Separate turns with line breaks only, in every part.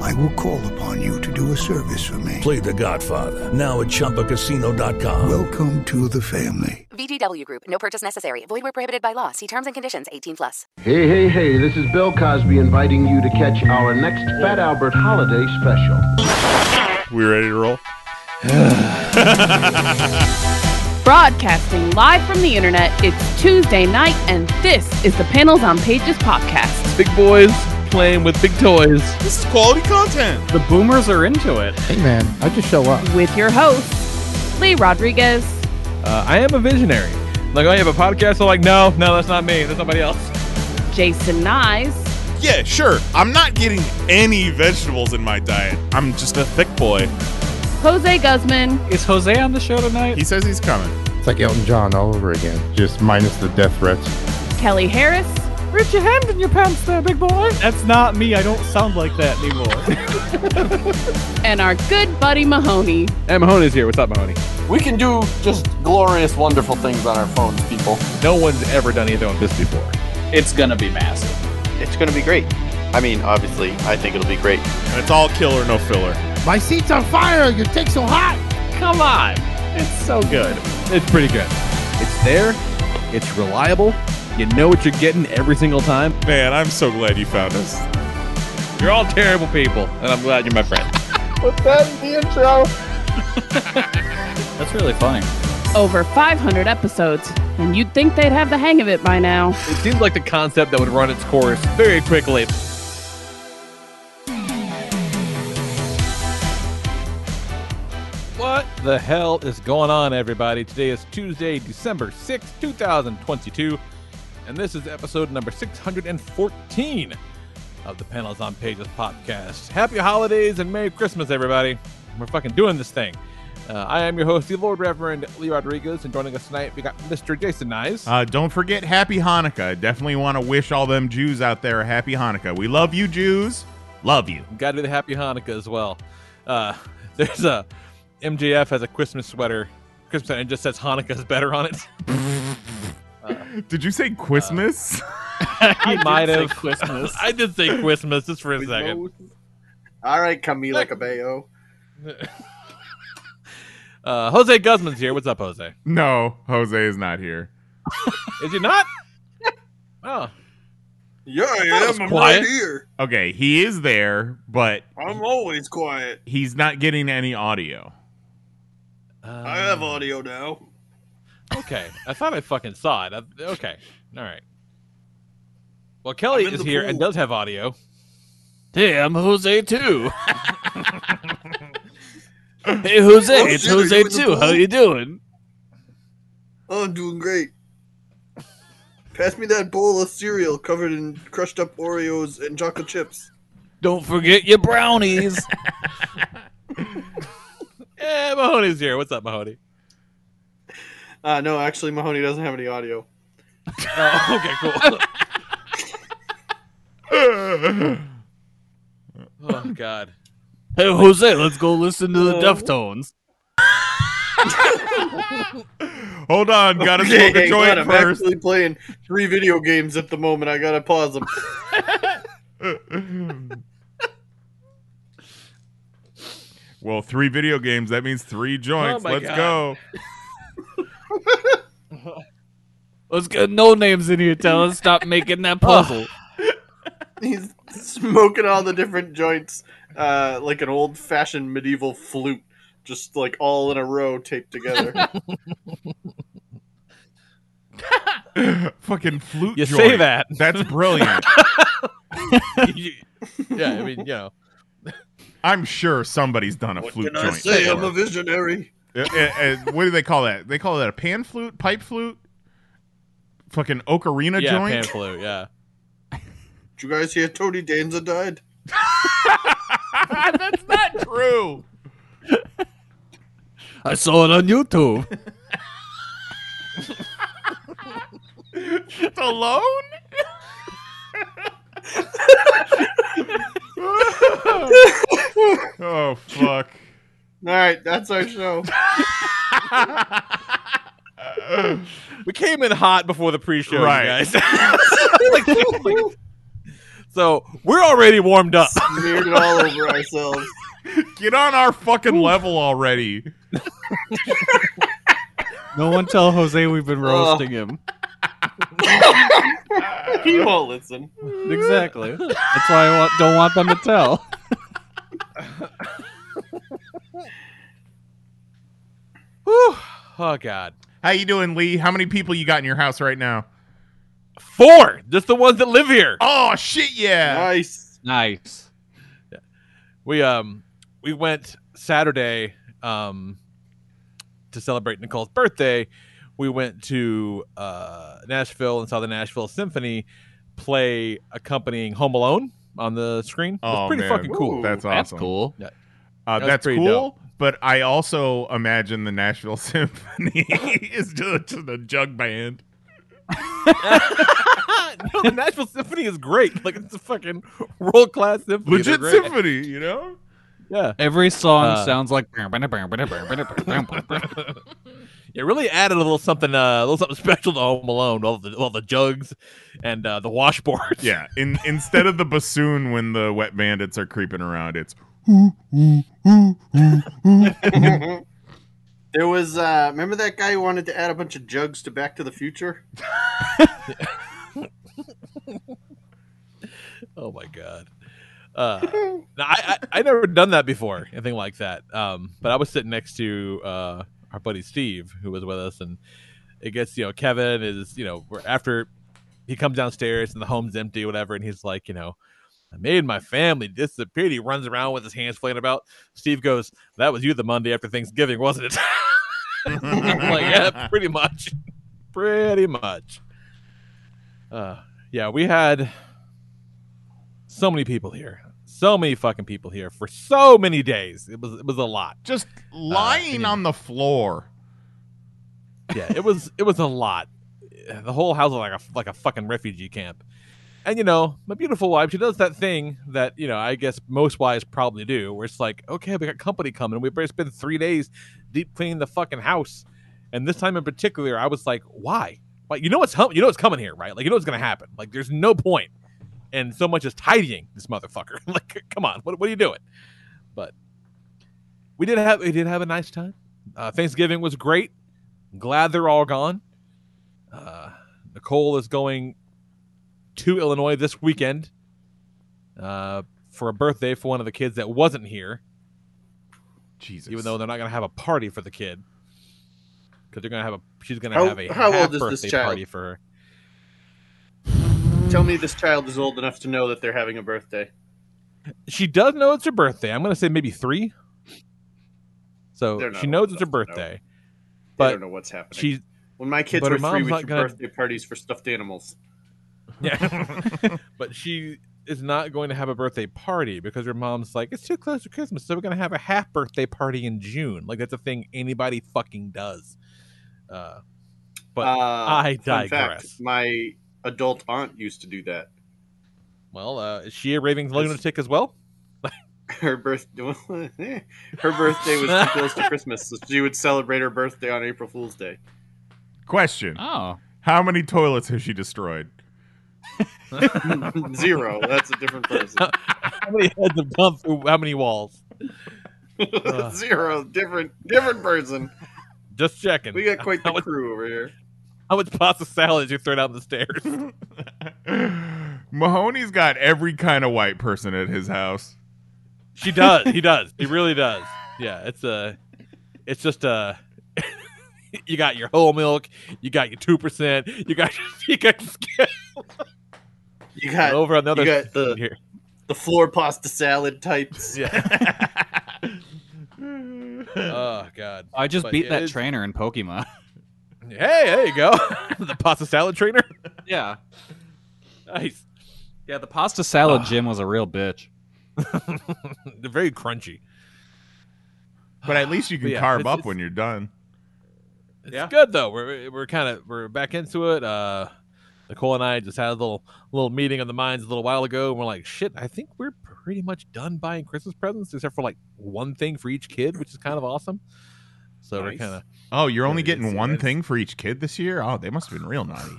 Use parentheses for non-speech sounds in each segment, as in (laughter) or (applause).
I will call upon you to do a service for me.
Play The Godfather now at ChumbaCasino.com.
Welcome to the family.
VGW Group. No purchase necessary. Void where prohibited by law. See terms and conditions. 18 plus.
Hey, hey, hey, this is Bill Cosby inviting you to catch our next Fat Albert Holiday special.
We ready to roll?
Broadcasting live from the internet, it's Tuesday night, and this is the Panels on Pages podcast.
big boys playing with big toys.
This is quality content.
The boomers are into it.
Hey man, I just show up.
With your hosts, Lee Rodriguez
Uh, I am a visionary. Like, oh, you have a podcast? I'm like, no, no, that's not me. That's somebody else.
Jason Nyes,
Yeah, sure. I'm not getting any vegetables in my diet. I'm just a thick boy.
Jose Guzman,
Is Jose on the show tonight?
He says he's coming.
It's like Elton John all over again, just minus the death threats.
Kelly Harris,
Put your hand in your pants there, big boy. That's not me. I don't sound like that anymore.
and our good buddy Mahoney.
(laughs) And Mahoney's here. What's up, Mahoney?
We can do just glorious, wonderful things on our phones, people.
No one's ever done anything like this before.
it's gonna be massive.
It's going to be great. I mean, obviously, I think it'll be great.
And it's all killer, no filler.
My seat's on fire. Your take's so hot.
Come on. It's so good. It's pretty good. It's there. It's reliable. You know what you're getting every single time.
Man, I'm so glad you found us.
You're all terrible people, and I'm glad you're my friend.
That's really funny.
Over 500 episodes, and you'd think they'd have the hang of it by now.
It seems like the concept that would run its course very quickly. What the hell is going on, everybody? Today is Tuesday, December sixth, two 2022, and this is episode number 614 of the Panels on Pages podcast. Happy holidays and Merry Christmas, everybody. We're fucking doing this thing. Uh, I am your host, the Lord Reverend Lee Rodriguez, and joining us tonight, we got Mr. Jason Nyes.
Uh, don't forget Happy Hanukkah. I definitely want to wish all them Jews out there a Happy Hanukkah. We love you, Jews. Love you.
Got to do the Happy Hanukkah as well. Uh, (laughs) there's a MJF has a Christmas sweater, Christmas and it just says Hanukkah's better on it. (laughs)
Did you say Christmas?
I might
did say
have
Christmas.
(laughs) I did say Christmas just for a second.
All right, Camila Cabello.
Uh, Jose Guzman's here. What's up, Jose?
(laughs) no, Jose is not here.
Is
(laughs)
he not? Oh,
Yeah, I
That was quiet.
here.
Okay, he is there, but
I'm always quiet.
he's not getting any audio.
I
Um,
have audio now.
Okay, I thought I fucking saw it. I- okay, all right. Well, Kelly is here and does have audio.
Hey, I'm Jose
(laughs)
too. hey, Jose,
Oh,
it's
shit, are
Jose
you in the
too.
pool?
How you doing?
Oh, I'm doing great. Pass me that bowl of cereal covered in crushed up Oreos and chocolate chips.
Don't forget your
(laughs)
brownies.
Yeah, Mahoney's here. What's up, Mahoney?
Uh, no, actually, Mahoney doesn't have any audio.
Oh, okay, cool. oh God.
hey, Jose, let's go listen to the Deftones.
(laughs) Hold on, gotta
Okay,
smoke a
hang on,
joint
I'm
first.
actually playing three video games at the moment. I gotta pause them.
Well, three video games. That means three joints.
my
Let's
God.
go.
Let's get no names in here. Tell us stop making
(laughs) Oh,
that puzzle.
He's smoking all the different joints uh, like an old fashioned medieval flute, just like all in a row taped
(laughs)
together.
(laughs) Fucking flute.
You
joint.
say (laughs) that.
That's
(laughs)
brilliant.
yeah, I mean, you know,
I'm sure somebody's done a flute joint. before. (laughs)
visionary.
Uh, uh, uh, what do they call that? They call that a pan flute, pipe flute, fucking ocarina
yeah,
joint.
pan flu, (laughs) yeah.
Did you guys hear Tony Danza died?
(laughs) That's not true.
(laughs)
I saw it on YouTube.
It's alone? oh fuck.
All right, that's our (laughs) show.
We came in hot before the pre-show, you
Right.
guys. (laughs) Like, (laughs) like- so we're already warmed up.
Smeared it all over (laughs) ourselves.
Get on our fucking level already.
No one tell Jose we've
Oh.
been roasting him.
He won't listen.
Exactly. That's why I want, don't want them to tell.
(laughs) Whew. Oh God.
How you doing, Lee? How many people you got in your house right now?
Four. Just the ones that live here.
Oh shit, yeah.
Nice.
Nice.
We um we went Saturday um to celebrate Nicole's birthday. We went to uh, Nashville and saw the Nashville Symphony play accompanying Home Alone on the screen. It was
Oh,
pretty
man.
fucking cool.
Ooh.
That's awesome.
That's cool.
Uh,
That's
that's
pretty
cool.
dope.
But I also imagine the Nashville (laughs) Symphony is just, just a jug band.
(laughs) no, the Nashville Symphony is great. Like it's a fucking world class symphony. They're
Legit
great.
symphony, you know?
Yeah.
Every song
Uh,
sounds like.
(laughs)
It really added a little something, uh, a little something (laughs) special to Home Alone. All the all the jugs and uh, the washboards.
Yeah. In instead of the bassoon when the wet bandits are creeping around, it's
(laughs)
(laughs)
There was uh remember that guy who wanted to add a bunch of jugs to Back to the Future?
Oh my god. Uh, no, I, I I never done that before, anything like that. Um, but I was sitting next to uh, our buddy Steve, who was with us, and it gets you know Kevin is you know we're after he comes downstairs and the home's empty, whatever, and he's like you know. I made my family disappear. He runs around with his hands flailing about. Steve goes, "That was you the Monday after Thanksgiving, wasn't it?" (laughs) I'm like, yeah, pretty much. (laughs) Pretty much. Uh, yeah, we had so many people here. So many fucking people here for so many days. It was it was a lot.
just lying
Uh, anyway.
on the floor.
Yeah, it was it was a lot. The whole house was like a like a fucking refugee camp. And you know, my beautiful wife, she does that thing that you know I guess most wives probably do, where it's like, okay, we got company coming. We've already spent three days deep cleaning the fucking house. And this time in particular, I was like, why? Why? You know what's hum- you know what's coming here, right? Like you know what's gonna happen. Like there's no point. And so much as tidying this motherfucker. (laughs) like, come on, what, what are you doing? But we did have we did have a nice time. Uh, Thanksgiving was great glad they're all gone. Uh, Nicole is going to Illinois this weekend uh, for a birthday for one of the kids that wasn't here,
Jesus.
even though they're not going to have a party for the kid because they're going to have a she's going to
How-
have a
how old
half
is this
birthday
child?
party for her.
Tell me this child is old enough to know that they're having a birthday.
She does know it's her birthday. I'm going to say maybe three.
They're
So
not
she
old
knows
enough
it's her
to know.
birthday,
I
but
don't know what's happening.
she
when my kids
but
were
her
three,
mom's
we
not
took
gonna-
birthday parties for stuffed animals.
Yeah. (laughs) but she is not going to have a birthday party because her mom's like, it's too close to Christmas, so we're going to have a half birthday party in June. Like, that's a thing anybody fucking does. Uh, but
uh,
I
fun fact,
digress.
my adult aunt used to do that. (laughs)
well, uh, is she a raving lunatic as well? (laughs)
Her birth, (laughs) her birthday was too close to Christmas, so she would celebrate her birthday on April Fool's Day. (laughs)
Question.
Oh.
How many toilets has she destroyed? (sighs)
Zero. That's a different
(laughs)
person. (laughs)
How many heads have gone through how many walls? Ugh.
Zero. Different. Different person.
Just checking.
We got quite
how
the
much,
crew over here.
how much pasta salad did you throw down the
(laughs)
stairs?
Mahoney's got every kind of white person at his house.
She does. He does. He really does. Yeah, it's a. It's just a. (laughs) you got your whole milk. You got your two percent. You got (laughs) you got your skin.
You got
over another.
you got the-
(laughs) here.
the floor pasta salad types.
Oh God.
I just
But
beat
it
that
is-
trainer in (laughs) Pokemon.
Hey, there you go. (laughs) the pasta salad trainer.
yeah.
Nice. Ah.
Yeah, the pasta salad gym was a real bitch.
(laughs) They're very crunchy.
But at least you can
Yeah,
carve
it's-
up
it's-
when you're done.
It's good though. We're we're kind of we're back into it. Uh, Nicole and I just had a little little meeting of the minds a little while ago, and we're like, shit, I think we're pretty much done buying Christmas presents, except for like one thing for each kid, which is kind of awesome. So we're kind of
Oh, you're only getting one thing for each kid this year? Oh, they must have been real
(laughs)
naughty.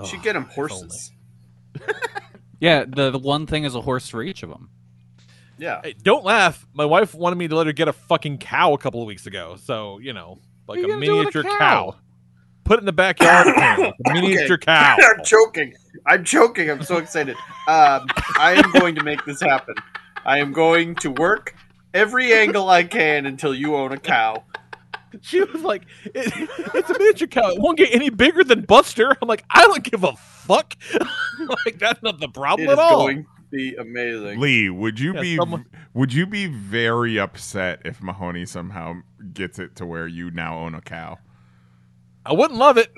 You should get him horses.
(laughs) Yeah, the, the one thing is a horse for each of them.
Yeah.
Hey, don't laugh. My wife wanted me to let her get a fucking cow a couple of weeks ago. So you know,
What
like
are
a
you gonna do with a
miniature cow?
cow?
Put it in the backyard.
(coughs)
Pam, a miniature
Okay.
cow.
(laughs) I'm joking. I'm joking. I'm so excited. Um, I am going to make this happen. I am going to work every angle I can until you own a cow.
(laughs) She was like, it, "It's a miniature cow. It won't get any bigger than Buster." I'm like, "I don't give a fuck. (laughs) like that's not the problem
It is
at all."
going to be amazing.
Lee, would you
Yeah,
be
someone-
would you be very upset if Mahoney somehow gets it to where you now own a
(laughs)
cow?
I wouldn't love it. (laughs)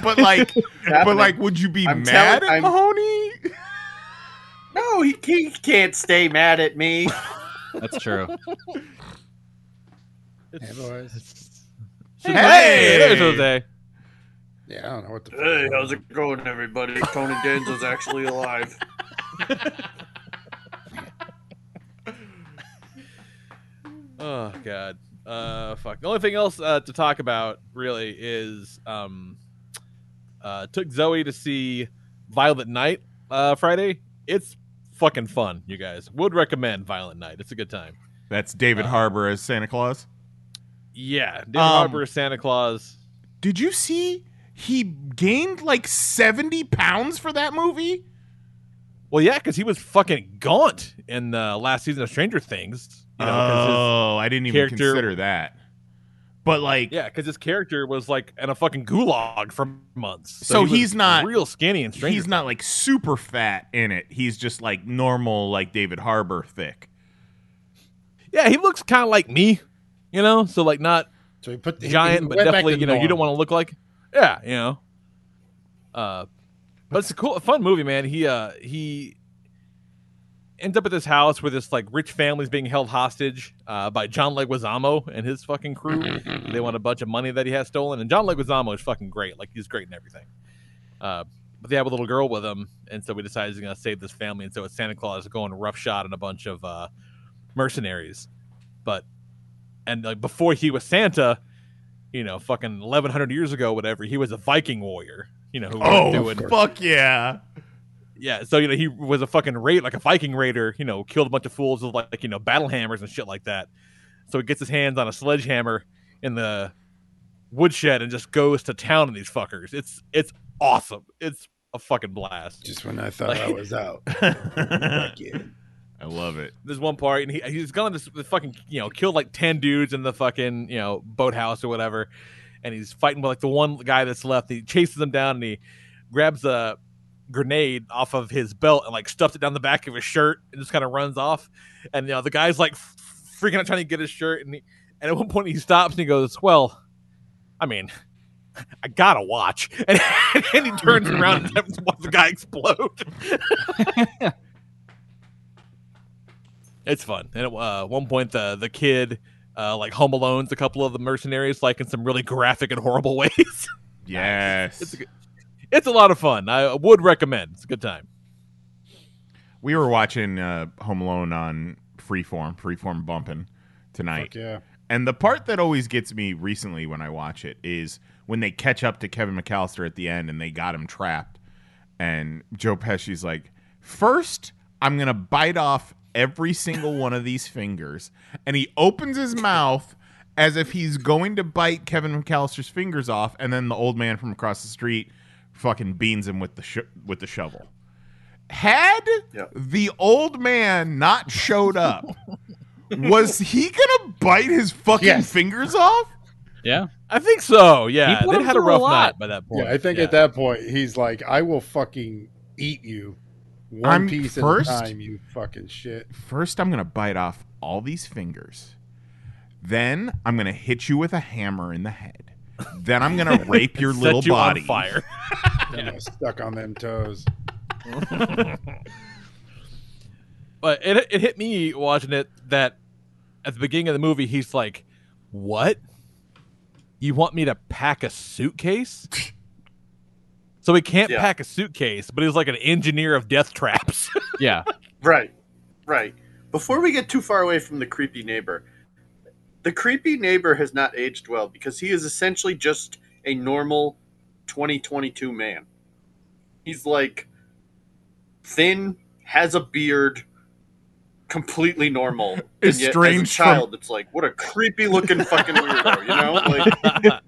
but like but like would you be
I'm
mad
telling-
at
I'm-
Mahoney?
No, he, he can't stay mad at
(laughs)
me.
That's true.
Hey, boys.
Hey, hey, there's Jose.
Yeah, I don't know what the.
Hey, how's it going, everybody? Tony Danza's actually alive.
Oh god. Uh fuck. The only thing else uh, to talk about really is um uh took Zoe to see Violet Night uh Friday. It's fucking fun, you guys. Would recommend Violet Night. It's a good time.
That's David
Uh,
Harbour as Santa Claus.
Yeah, David
Um,
Harbour is Santa Claus.
Did you see he gained like 70 pounds for that movie?
Well, yeah, because he was fucking gaunt in the last season of Stranger Things. You know, 'cause his
oh, I didn't even
character-
consider that. But like,
yeah, because his character was like in a fucking gulag for months.
So,
he was
he's not
real skinny and strange.
He's not like super fat in it. He's just like normal like David Harbour thick.
Yeah, he looks kind of like me, you know. So like not
so he put he-
giant,
he
but
went back
definitely
to
you know you
normal.
don't want to look like. Yeah, you know. Uh, but it's a cool, fun movie, man. He uh he ends up at this house where this like rich family's being held hostage uh, by John Leguizamo and his fucking crew. they want a bunch of money that he has stolen, and John Leguizamo is fucking great. Like he's great in everything. Uh, but they have a little girl with him, and so we decide he's gonna save this family. And so it's Santa Claus going roughshod on a bunch of uh, mercenaries. But and like before he was Santa, you know, fucking eleven hundred years ago, whatever, he was a Viking warrior. You know, who was doing
fuck yeah.
yeah, so you know he was a fucking raid, like a Viking raider. You know, killed a bunch of fools with like, you know battle hammers and shit like that. So he gets his hands on a sledgehammer in the woodshed and just goes to town on these fuckers. It's it's awesome. It's a fucking blast.
Just when I thought I
Like-
was (laughs) out. Wicked.
(laughs) I love it.
There's one part, and he he's gone to s- the fucking you know killed like ten dudes in the fucking you know boathouse or whatever, and he's fighting with like the one guy that's left. He chases him down and he grabs a grenade off of his belt and like stuffs it down the back of his shirt and just kind of runs off. And you know the guy's like f- freaking out trying to get his shirt, and he, and at one point he stops and he goes, "Well, I mean." (laughs) I gotta watch, (laughs) and, and he turns around and (laughs) attempts to watch the guy explode. It's fun. And at uh, one point, the the kid uh, like home alones a couple of the mercenaries, like in some really graphic and horrible (laughs) ways.
Yes.
it's, a good, it's a lot of fun. I would recommend. It's a good time.
We were watching uh, Home Alone on Freeform, Freeform bumping tonight.
Fuck yeah.
And the part that always gets me recently when I watch it is when they catch up to Kevin McAllister at the end and they got him trapped. And Joe Pesci's like, First, I'm going to bite off every single one of these fingers. And he opens his mouth as if he's going to bite Kevin McAllister's fingers off. And then the old man from across the street fucking beans him with the, sho with the shovel. Had the old man not showed up, was he gonna bite his fucking fingers off?
Yeah.
I think so. Yeah,
He put
they
him
had a
through a
rough
lot.
night by that point.
Yeah, I think at that point he's like, "I will fucking eat you, one
I'm
piece
first-
at a time, you fucking shit."
First, I'm gonna bite off all these fingers. Then I'm gonna hit you with a hammer in the head. Then I'm
(laughs)
gonna rape your
Set
little
you on
body.
fire. (laughs)
I'm gonna stuck on them toes.
But it it hit me watching it that at the beginning of the movie he's like, "What? You want me to pack a suitcase? so he can't
Yeah.
pack a suitcase, but he's like an engineer of death traps. (laughs)
yeah.
Right, right. Before we get too far away from the creepy neighbor, the creepy neighbor has not aged well because he is essentially just a normal 2022 man. He's like thin, has a beard, completely normal. and
Estranged
yet, as a child,
from-
it's like what a creepy looking fucking weirdo, you know? Like,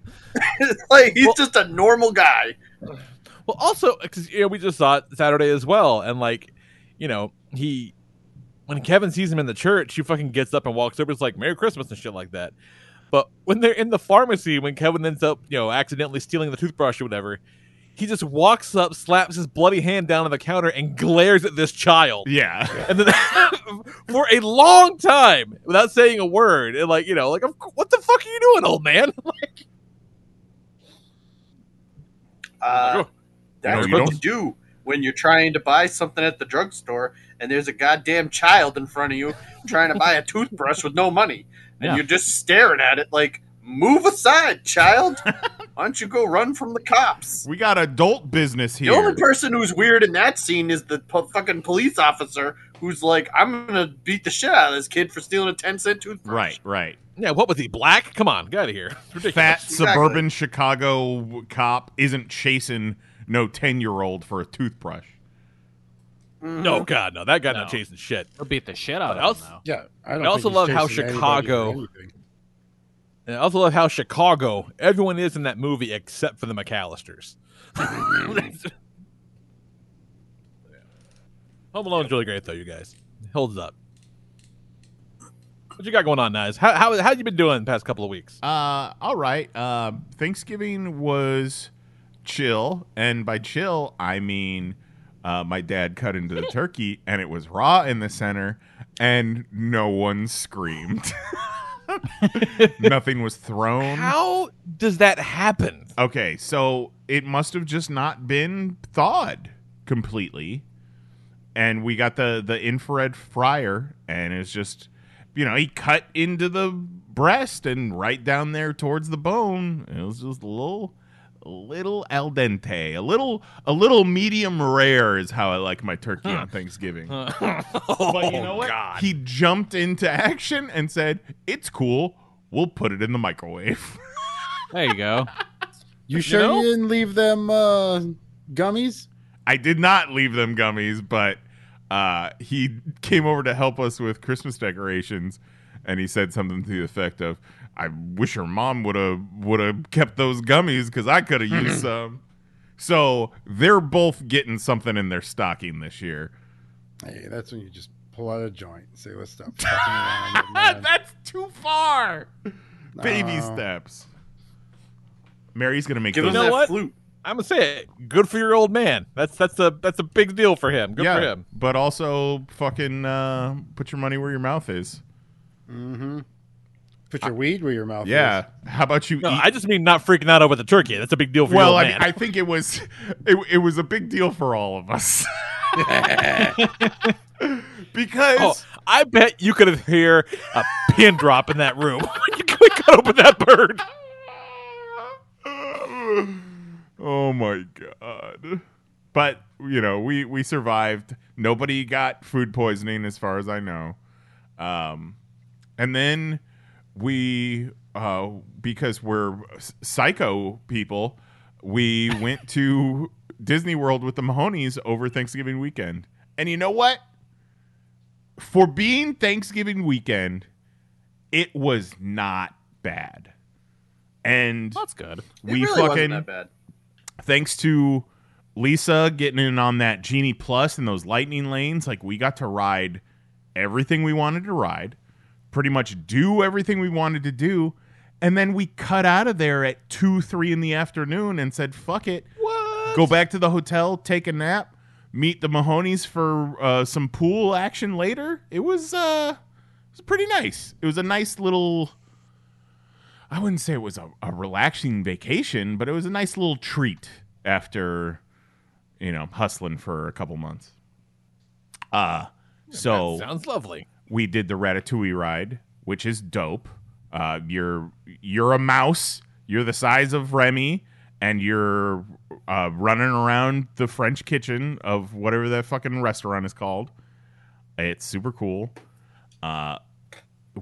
(laughs) like he's just a normal guy.
Well, also because you know we just saw it Saturday as well, and like, you know, he when Kevin sees him in the church, he fucking gets up and walks over. It's like Merry Christmas and shit like that. But when they're in the pharmacy, when Kevin ends up, you know, accidentally stealing the toothbrush or whatever, he just walks up, slaps his bloody hand down on the counter, and glares at this child.
Yeah.
And then (laughs) for a long time without saying a word, and like, you know, like, of cou- what the fuck are you doing, old man? like,
Uh, that's
You know, you
what you do when you're trying to buy something at the drugstore and there's a goddamn child in front of you trying to buy a toothbrush with no money. And
Yeah.
you're just staring at it like, move aside, child.
(laughs)
Why don't you go run from the cops?
We got adult business
The
here.
only person who's weird in that scene is the po- fucking police officer who's like, I'm going to beat the shit out of this kid for stealing a 10 cent toothbrush.
Right, right.
yeah, what was he black? Come on, get out of here. It's ridiculous.
Fat
Exactly.
suburban Chicago w- cop isn't chasing no 10 year old for a toothbrush.
Mm-hmm.
No, God, no. That guy not chasing shit.
He'll Mm-hmm. beat the shit out
But
of
also-
him. Though.
Yeah, I don't.
I also
think he's
love how
chasing anybody for
Chicago-
anything.
And I also love how Chicago, everyone is in that movie except for
(laughs)
the McAllisters. Home Alone's really great though, you guys. It holds up. What you got going on, Nice? How how how you been doing the past couple of weeks?
Uh, all right. Uh, Thanksgiving was chill, and by chill I mean uh, my dad cut into the turkey, and it was raw in the center, and no one screamed. (laughs) Nothing was thrown.
How does
(laughs)
that happen?
Okay, so it must have just not been thawed completely. And we got the the infrared fryer and it's just you know, he cut into the breast and right down there towards the bone. It was just a little a little al dente. A little a little medium rare is how I like my turkey on Thanksgiving.
but
you know what?
Oh, God.
He jumped into action and said, "It's cool. We'll put it in the microwave."
There you go.
You sure you,
know?
didn't leave them uh, gummies?
I did not leave them gummies, but uh, he came over to help us with Christmas decorations, and he said something to the effect of, "I wish your mom would have would have kept those gummies because I could have used some." So they're both getting something in their stocking this year.
Hey, that's when you just pull out a joint and say, "Let's stop." fucking (laughs) around, man."
That's too far. Baby
No.
steps. Mary's gonna make
Give
those.
him
know
that
what?
flute.
(laughs) I'm gonna say it. Good for your old man. That's that's a that's a big deal for him. Good for him.
but also fucking uh, put your money where your mouth is.
Put your weed where your mouth
Yeah.
is.
How about you
No,
eat
I just mean not freaking out over the turkey. That's a big deal for
well,
your old
I, mean,
man.
I think it was it, it was a big deal for all of us (laughs) because
Oh, I bet you could have hear a pin drop in that room (laughs) when you cut open that bird.
oh my god! But you know, we we survived. Nobody got food poisoning, as far as I know. Um, and then we, uh, because we're s- psycho people, we went to Disney World with the Mahonies over Thanksgiving weekend. And you know what? For being Thanksgiving weekend, it was not bad. And
That's good.
It
we
really wasn't
fucking
that bad.
thanks to Lisa getting in on that Genie Plus and those lightning lanes, like we got to ride everything we wanted to ride, pretty much do everything we wanted to do, and then we cut out of there at two, three in the afternoon and said, "Fuck it,
What?
go back to the hotel, take a nap, meet the Mahonies for uh, some pool action later." It was uh, it was pretty nice. It was a nice little. I wouldn't say it was a, a relaxing vacation, but it was a nice little treat after, you know, hustling for a couple months. Uh, so
Sounds lovely.
we did the Ratatouille ride, which is dope. Uh, you're you're a mouse. You're the size of Remy, and you're uh, running around the French kitchen of whatever that fucking restaurant is called. It's super cool. Uh,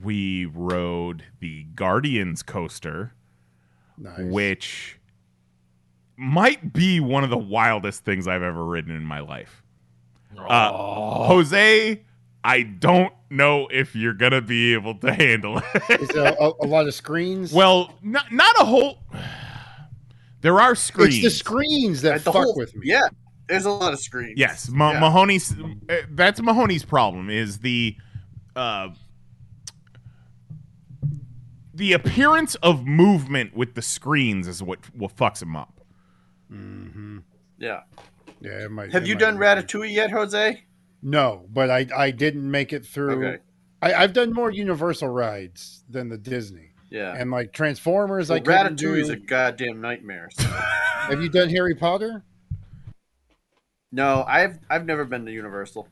we rode the Guardians coaster, which might be one of the wildest things I've ever ridden in my life. Uh, Jose, I don't know if you're gonna be able to handle it. (laughs)
Is there a, a lot of screens?
well, not not a whole. (sighs) There are screens.
It's the screens that
the
fuck
whole-
with me.
Yeah, there's a lot of screens.
Yes, Ma-
Yeah.
Mahoney's. uh, That's Mahoney's problem is the, uh, the appearance of movement with the screens is what what fucks him up. Mm-hmm.
Yeah.
Yeah, it might.
Have
it
you
might
done
be.
Ratatouille yet, Jose?
No, but I I didn't make it through.
Okay.
I, I've done more Universal rides than the Disney.
Yeah.
And like Transformers, I
Well,
couldn't
Ratatouille's
do.
a goddamn nightmare. so-
Have you done Harry Potter?
no, I've I've never been to Universal.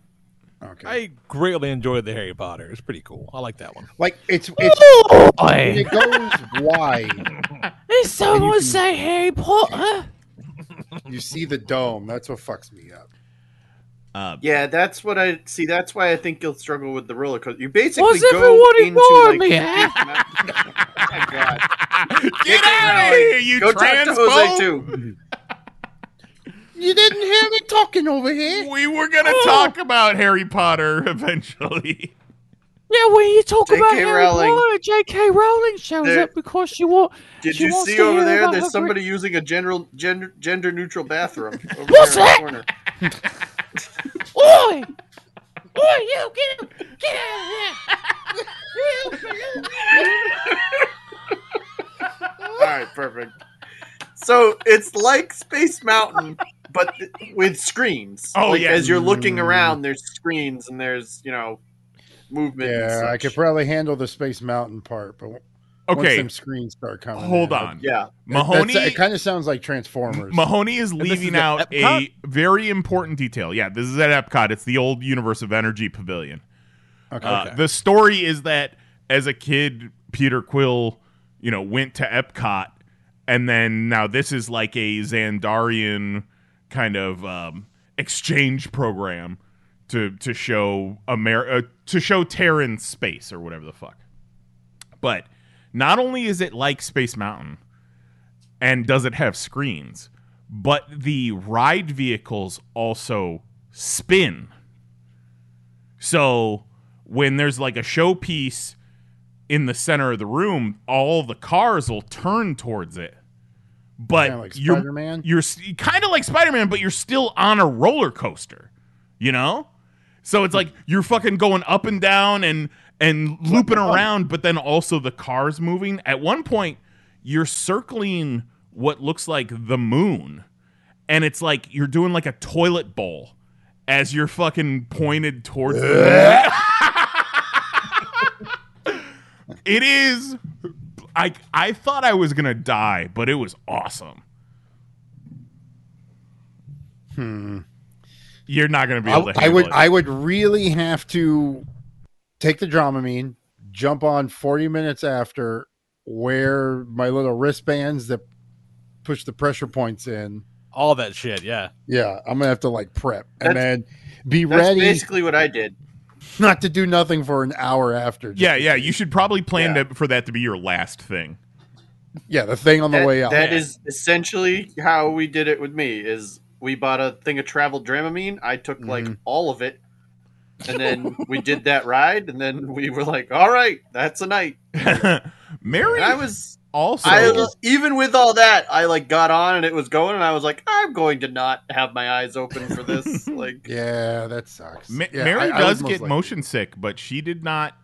Okay.
I greatly enjoyed the Harry Potter. It's pretty cool. I like that one.
Like it's it's when it goes wide. Is someone say Harry Potter? You see the dome. That's what fucks me up.
Uh,
yeah, that's what I see. That's why I think you'll struggle with the roller coaster. You basically go into like, (laughs) Oh
(laughs) Get out of here, you
Go talk to Jose
transphobe!
too.
You didn't hear me talking over here.
We were gonna talk about Harry Potter (laughs) eventually.
Yeah, when you talk
J.K.
about Harry
Rowling.
Potter, J.K. Rowling shows
There-
up because she want.
Did
she
you
wants
see
to
over
hear
there?
about her
There's
great-
somebody using a general gender gender neutral bathroom.
(laughs)
Over
What's
there in
that?
the corner.
Oi! Oi, you get out- get out of here! You balloon!
All right, perfect. So it's like Space Mountain, but th- with screens.
Oh,
Like,
yeah.
As you're looking
Mm.
around, there's screens and there's you know movement. and
Yeah, I
such.
could probably handle the Space Mountain part, but once
Okay.
them screens start coming,
Hold
in,
on.
I-
Yeah.
Mahoney-
uh, that's- It kind of sounds like Transformers.
Mahoney is
And this is
leaving
at
out
Epcot?
a very important detail. Yeah, this is at Epcot. It's the old Universe of Energy Pavilion.
Okay.
Uh,
Okay.
The story is that as a kid, Peter Quill, you know, went to Epcot, and then now this is like a Xandarian kind of um, exchange program to to show America uh, to show Terran space or whatever the fuck. But not only is it like Space Mountain, and does it have screens, but the ride vehicles also spin. So when there's like a showpiece in the center of the room, all the cars will turn towards it. But
Kinda like
you're
Spider-Man?
you're kind of like Spider-Man, but you're still on a roller coaster, you know? So it's like you're fucking going up and down and and looping around, but then also the cars moving. At one point, you're circling what looks like the moon, and it's like you're doing like a toilet bowl as you're fucking pointed towards the moon.
(laughs)
It is. I I thought I was gonna die, but it was awesome.
Hmm.
You're not gonna be
I,
able to.
I would.
handle it.
I would really have to take the Dramamine, jump on forty minutes after, wear my little wristbands that push the pressure points in.
All that shit. Yeah.
Yeah, I'm gonna have to like prep and
That's-
then be
That's
ready
basically what I did.
not to do nothing for an hour after. Just-
yeah, yeah. You should probably plan to, for that to be your last thing. (laughs)
yeah, the thing on the way out.
That is essentially how we did it with me. Is we bought a thing of travel Dramamine. I took
Mm-hmm.
like all of it, and then we did that ride, and then we were like, "All right, that's a night."
Mary,
And I was
also
I, even with all that, I like got on and it was going, and I was like, "I'm going to not have my eyes open for
(laughs)
this." like,
Yeah, that sucks.
Ma-
Yeah,
Mary
I- I would
does
most
get
likely-
motion sick, but she did not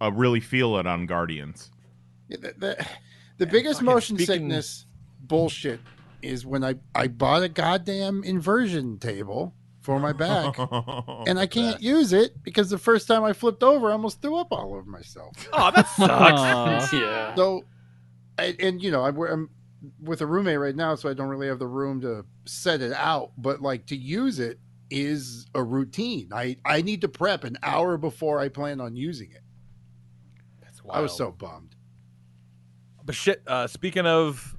uh, really feel it on Guardians.
Yeah, the, the, the biggest motion sickness bullshit is when I, I bought a goddamn inversion table for my
(laughs) Oh,
back and I can't use it because the first time I flipped over, I almost threw up all over myself.
Oh,
(laughs)
that
sucks. Yeah.
So, and, and you know, I'm, I'm with a roommate right now, so I don't really have the room to set it out, but like to use it is a routine. I, I need to prep an hour before I plan on using it. I was so bummed.
but shit, uh, speaking of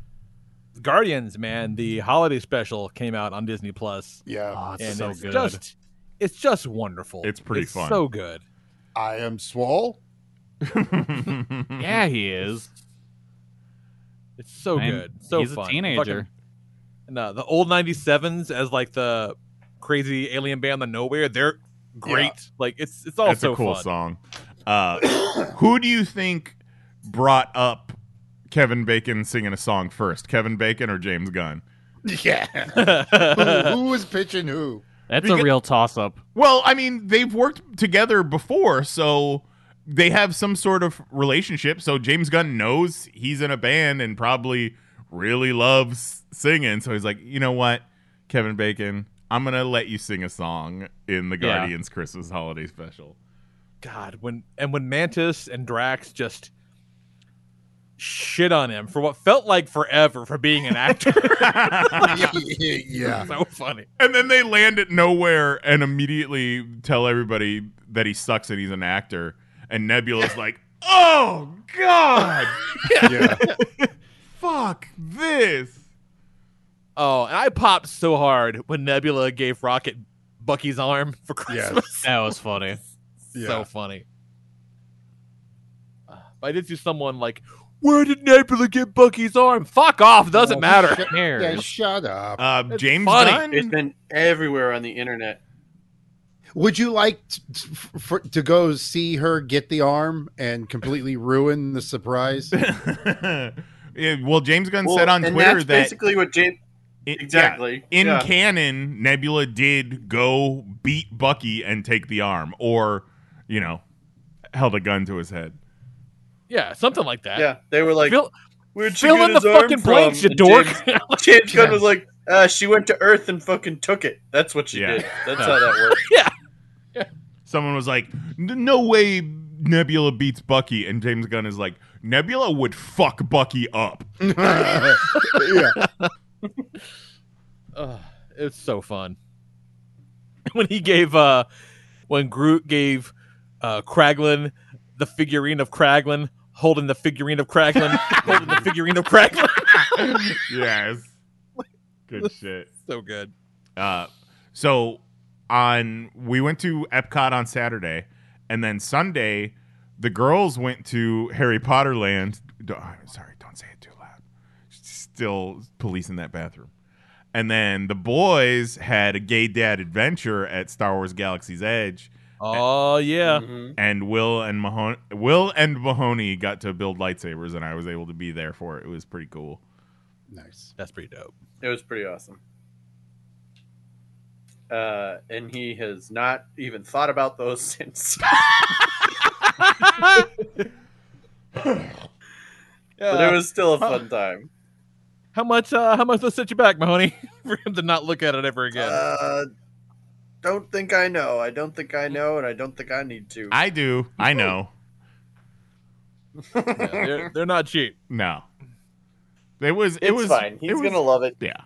Guardians, man, the holiday special came out on Disney Plus.
Yeah,
and it's just it's just wonderful.
It's pretty fun.
So good.
I am swole. (laughs)
yeah, he is. It's so
I'm-
good. So
he's a
fun.
teenager.
Fucking- and uh, the old '97s as like the crazy alien band, the Nowhere. They're great. Like it's it's all
That's
Oh, so
a cool
fun. (laughs)
song. Uh, (coughs) who do you think brought up Kevin Bacon singing a song first, Kevin Bacon or James Gunn?
Yeah.
(laughs)
who, who was pitching who?
That's
Because-
a real toss up.
Well, I mean, they've worked together before, so they have some sort of relationship. So James Gunn knows he's in a band and probably really loves singing. So he's like, you know what, Kevin Bacon, I'm gonna let you sing a song in the
Yeah.
Guardians Christmas holiday special.
(laughs) God, when and when Mantis and Drax just shit on him for what felt like forever for being
(laughs)
an actor. (laughs)
(laughs) yeah.
so funny.
And then they land at nowhere and immediately tell everybody that he sucks and he's an actor. And Nebula's like, oh God. (laughs)
yeah.
Fuck this.
Oh, and I popped so hard when Nebula gave Rocket Bucky's arm for Christmas.
That was funny.
So funny. Uh, But I did see someone like, "Where did Nebula get Bucky's arm? Fuck off! Doesn't
Oh,
matter."
shut- yeah, shut up.
Uh, James
funny.
Gunn.
It's been everywhere on the internet.
Would you like t- t- for, to go see her get the arm and completely ruin the surprise?
(laughs) Yeah, well, James Gunn
Well,
said on
and
Twitter
that's
that
basically what James.
it- yeah,
exactly.
in
Yeah.
canon, Nebula did go beat Bucky and take the arm, or you know, held a gun to his head.
Yeah, something like that.
Yeah, they were like,
Fill-
"Where'd
fill
you get
in
his
the
arm
fucking
from?"
blanks, you
And
dork. (laughs)
James, (laughs) James Gunn was like, uh, "She went to Earth and fucking took it. That's what she
Yeah.
did. That's how that works."
Someone was like, "N- "No way, Nebula beats Bucky," and James Gunn is like, "Nebula would fuck Bucky up."
(laughs)
(laughs)
yeah.
Ugh, it was so fun. (laughs) When he gave, uh, when Groot gave uh, Kraglin the figurine of Kraglin, holding the figurine of (laughs) Kraglin, holding the figurine of Kraglin.
yes, good shit.
so good.
Uh, so on we went to Epcot on Saturday, and then Sunday the girls went to Harry Potter Land. D- oh, I'm sorry, don't say it too loud. Still policing that bathroom. And then the boys had a gay dad adventure at Star Wars Galaxy's Edge,
Oh yeah,
Mm-hmm.
and Will and Mahoney, Will and Mahoney got to build lightsabers, and I was able to be there for it. It was pretty cool.
Nice.
that's pretty dope.
It was pretty awesome. Uh, and he has not even thought about those (laughs) since. but it was still a fun time.
How much? Uh, how much does set you back, Mahoney, (laughs) for him to not look at it ever again?
Uh, don't think I know. I don't think I know, and I don't think I need to.
I do. I know.
Yeah, they're, they're not cheap.
(laughs)
No. It was. It
it's
was
fine. He's
it was-
gonna love it.
Yeah.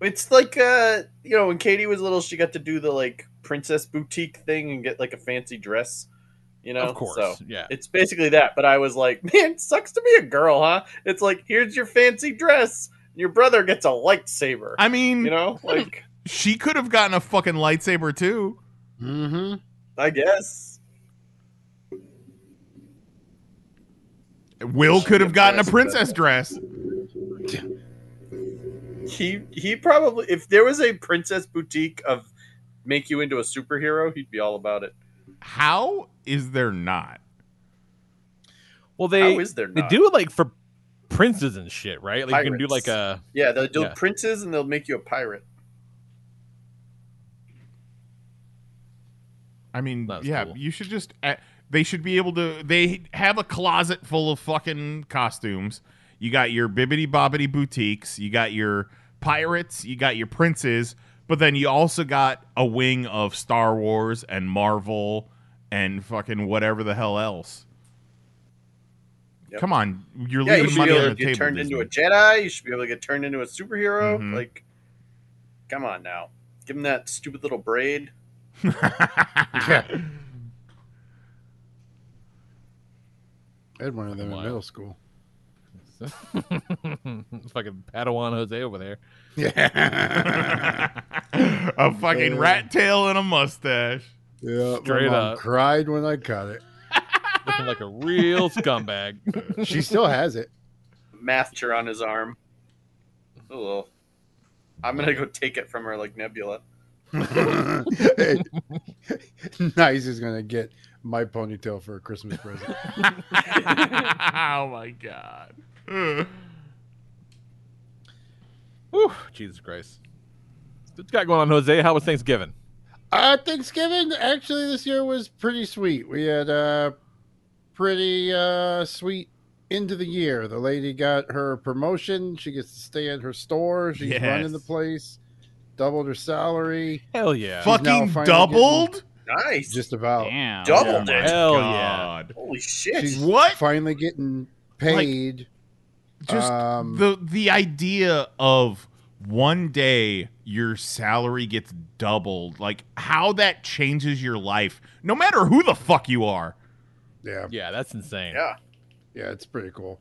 It's like uh, you know, when Katie was little, she got to do the like princess boutique thing and get like a fancy dress. You know,
Of course,
So
yeah.
it's basically that. But I was like, (laughs) man, sucks to be a girl, huh? It's like here's your fancy dress. Your brother gets a lightsaber.
I mean,
you know, like
she could have gotten a fucking lightsaber too.
Mm-hmm.
I guess.
Will could have gotten a princess
Princess
dress.
He he probably if there was a princess boutique of make you into a superhero, he'd be all about it.
How is there not?
Well, they
How is there
they
not?
do it like for princes and shit, right? Like you can do
Pirates.
like a
Yeah, they'll do
Yeah.
princes and they'll make you a pirate.
I mean,
That's
yeah,
cool.
you should just. Uh, they should be able to. They have a closet full of fucking costumes. You got your bibbity bobbity boutiques. You got your pirates. You got your princes. But then you also got a wing of Star Wars and Marvel and fucking whatever the hell else.
Yep.
Come on, you're
Yeah, you
leaving
should be
money
able
on
to
the
get
table.
turned into
Disney.
a Jedi. You should be able to get turned into a superhero.
Mhm.
Like, come on now, give him that stupid little braid.
Yeah. I had one of them in
Wild.
middle school.
(laughs) fucking Padawan Jose over there.
Yeah. (laughs) a fucking rat tail and a
(laughs)
mustache. (laughs)
Yeah,
Straight
my mom
up.
cried when I got it.
Looking like a
(laughs)
real scumbag.
She still has (laughs) it.
Master on his arm. Ugh. I'm gonna go take it from her like Nebula.
(laughs) nice is gonna get my ponytail for a Christmas present.
oh my god.
Whew, Jesus Christ. What you got going on, Jose? How was Thanksgiving?
Uh, Thanksgiving actually this year was pretty sweet. We had a pretty uh, sweet end of the year. The lady got her promotion. She gets to stay at her store. She's
Yes.
running the place. Doubled her salary.
Hell yeah.
She's now
Fucking
finally
doubled?
Nice.
Just about.
Damn.
Doubled it.
Hell
God.
Holy shit.
She's
What?
Finally getting paid.
Just
Um,
the the idea of one day your salary gets doubled, like how that changes your life, no matter who the fuck you are.
yeah.
Yeah, that's insane.
Yeah.
Yeah, it's pretty cool.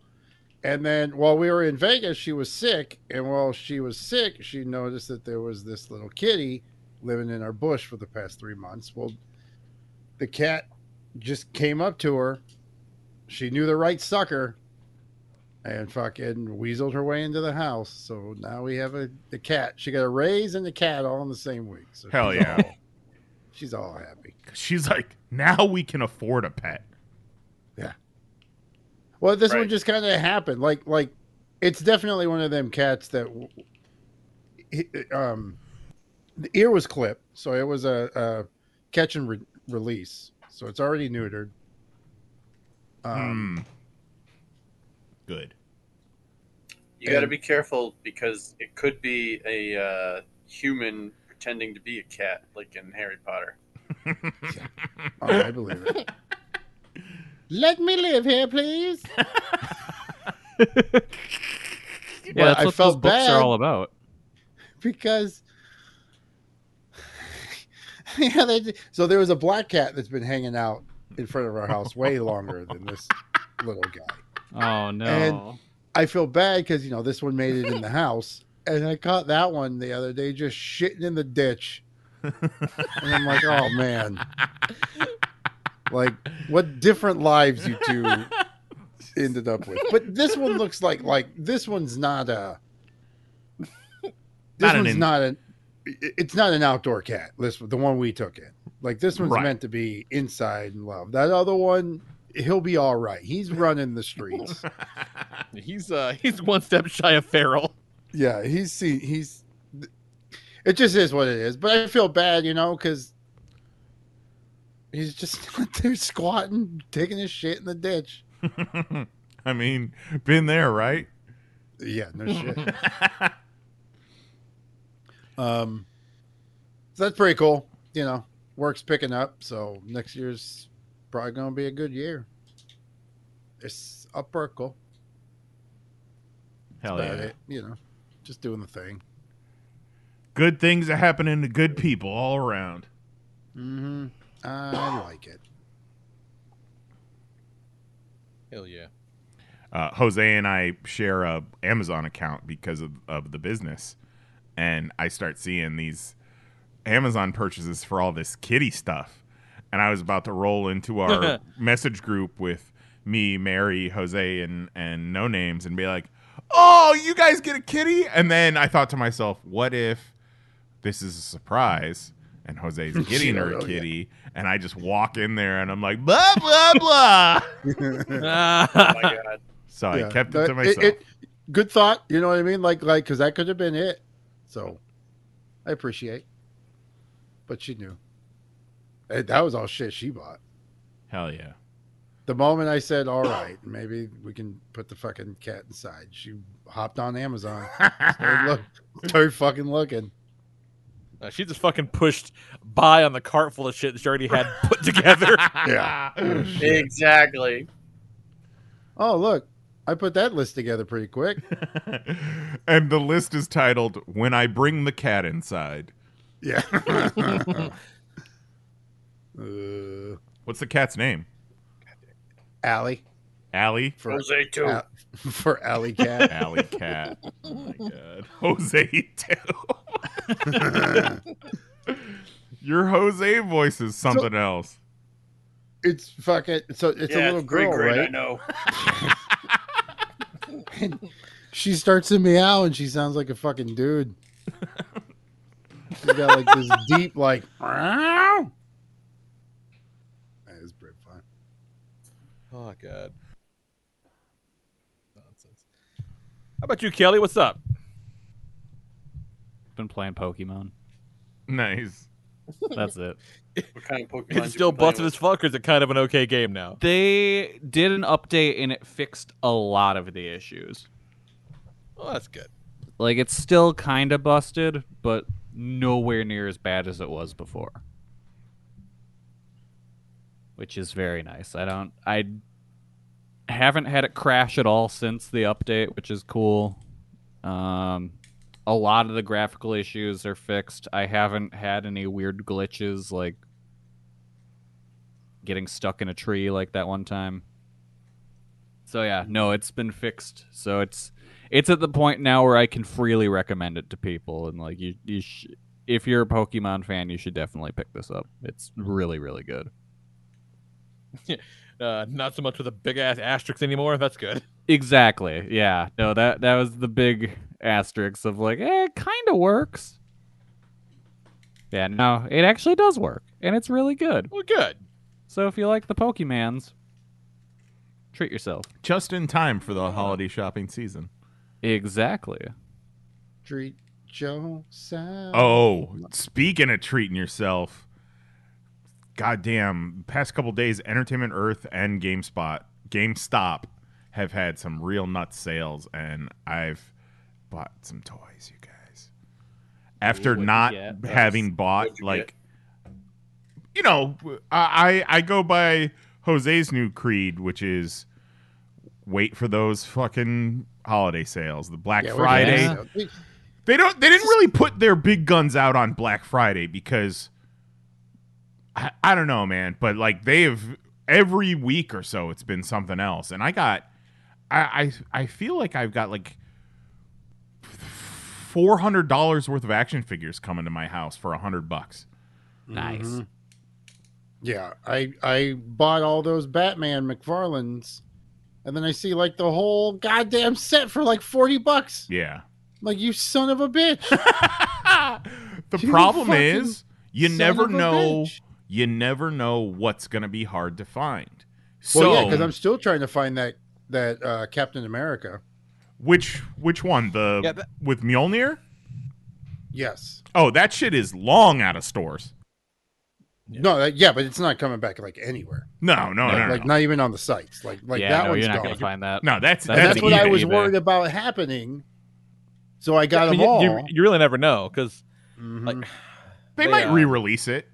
And then while we were in Vegas, she was sick. And while she was sick, she noticed that there was this little kitty living in our bush for the past three months. Well, the cat just came up to her. She knew the right sucker and fucking weaseled her way into the house. So now we have a the cat. She got a raise and the cat all in the same week. So
Hell
she's
yeah.
all- (laughs) she's all happy.
She's like, now we can afford a pet.
Well, this
Right.
one just kind of happened. Like, like it's definitely one of them cats that, w- he- um, the ear was clipped, so it was a, a catch and re- release. So it's already neutered. Um,
Hmm. Good. (laughs)
You got to be careful because it could be a uh, human pretending to be a cat, like in Harry Potter.
oh, I believe it. Let me live here, please.
Yeah,
Well,
that's
I
what
felt
those books
bad.
are all about.
because (laughs) yeah, they did. so there was a black cat that's been hanging out in front of our house way longer than this little guy.
Oh no.
And I feel bad because you know this one made it in
(laughs)
the house, and I caught that one the other day just shitting in the ditch, and I'm like, oh man, like what different lives you two ended up with. But this one looks like like this one's not a this
Not an
one's
in-
not an it- it's not an outdoor cat. This the one we took in. Like this one's
Right.
meant to be inside and love. That other one, he'll be all right. He's running the streets.
He's uh he's one step shy of feral.
yeah, he's seen. He's. It just is what it is. But I feel bad, you know, because he's just (laughs) out there squatting, taking his shit in the ditch.
I mean, been there, right?
Yeah,
(laughs)
no shit. um, so that's pretty cool. You know, work's picking up, so next year's probably gonna be a good year. It's a perkle.
Hell
About
yeah.
it, you know, just doing the thing.
Good things are happening to good people all around.
Mm-hmm. I like it.
Hell yeah.
uh, Jose and I share a Amazon account because of, of the business, and I start seeing these Amazon purchases for all this kitty stuff, and I was about to roll into our message group with me, Mary, Jose, and and no names, and be like, "Oh, you guys get a kitty!" And then I thought to myself, "What if this is a surprise?" And Jose's getting her
Oh,
a
yeah.
kitty, and I just walk in there and I'm like, blah, blah, blah.
(laughs) Oh
(laughs)
my
Ah.
god.
So
Yeah,
I kept
that-
it to myself.
it- good thought. You know what I mean? Like, like, because that could have been it. So, I appreciate. But she knew. Eh, That was all shit she bought.
Hell yeah.
The moment I said, "All
(coughs)
right, maybe we can put the fucking cat inside," she hopped on
(laughs)
Amazon, started, look, started fucking looking.
Uh, she just fucking pushed by on the cart full of shit that she already had put together. (laughs)
Yeah.
Exactly.
Oh, look, I put that list together pretty quick.
(laughs) and the list is titled When I Bring the Cat Inside.
(laughs)
(laughs)
Yeah. uh,
What's the cat's name?
Allie.
Alley.
Jose too.
Al- (laughs) for Alley
(laughs)
Cat.
Alley Cat. Oh my god. (laughs) Jose too. Your Jose voice is something else.
It's fucking so it's a
Yeah,
little
it's pretty
girl,
great,
right?
I know.
(laughs) And she starts to meow and she sounds like a fucking
(laughs)
dude. She's got like this deep like meow. That is pretty fun.
Oh god. Nonsense. How about you, Kelly? What's up?
Been playing Pokemon.
Nice.
That's it.
What kind of Pokemon?
It's still busted as fuck. Or is it kind of an okay game now?
They did an update and it fixed a lot of the issues.
Oh, that's good.
Like it's still kind of busted, but nowhere near as bad as it was before. Which is very nice. I don't I haven't had it crash at all since the update, which is cool. Um a lot of the graphical issues are fixed. I haven't had any weird glitches like getting stuck in a tree like that one time. So yeah, no, it's been fixed. So it's it's at the point now where I can freely recommend it to people, and like you, you sh- if you're a Pokemon fan, you should definitely pick this up. It's really, really good.
Uh, not so much with the big ass asterisk anymore. That's good.
Exactly. Yeah. No, that that was the big asterisk of like, eh, it kind of works. Yeah. No, it actually does work, and it's really good.
Well, good.
So if you like the Pokemans, treat yourself.
Just in time for the holiday shopping season.
Exactly.
Treat Joe Sam.
Oh, speaking of treating yourself, goddamn! Past couple days, Entertainment Earth and GameSpot, GameStop, have had some real nut sales, and I've bought some toys, you guys. After
what'd you
not
get?
having bought like, you know, I I I go by Jose's new creed, which is wait for those fucking holiday sales, the Black
Yeah, we're
Friday.
getting so- we-
They don't. They didn't really put their big guns out on Black Friday because I, I don't know, man. But like they have every week or so, it's been something else. And I got, I I, I feel like I've got like four hundred dollars worth of action figures coming to my house for a hundred bucks.
Nice.
Mm-hmm.
Yeah, I I bought all those Batman McFarlanes, and then I see like the whole goddamn set for like forty bucks.
Yeah.
I'm like you son of a bitch.
The
You
problem
fucking
is you
son
never
of a
know.
bitch.
You never know what's gonna be hard to find.
Well,
so
yeah, because I'm still trying to find that that uh, Captain America.
which which one? The
Yeah, that-
with Mjolnir.
Yes.
Oh, that shit is long out of stores.
No. That, yeah, but it's not coming back like anywhere.
No, no, no, no,
like
no.
not even on the sites. Like like
yeah.
that
no,
one's
you're not
gone.
gonna find that.
No, that's-
And that's what I was
eBay.
worried about happening. So I got
I mean,
them all. Mm-hmm.
you, you, you really never know because like
They,
They,
might
uh,
re-release it.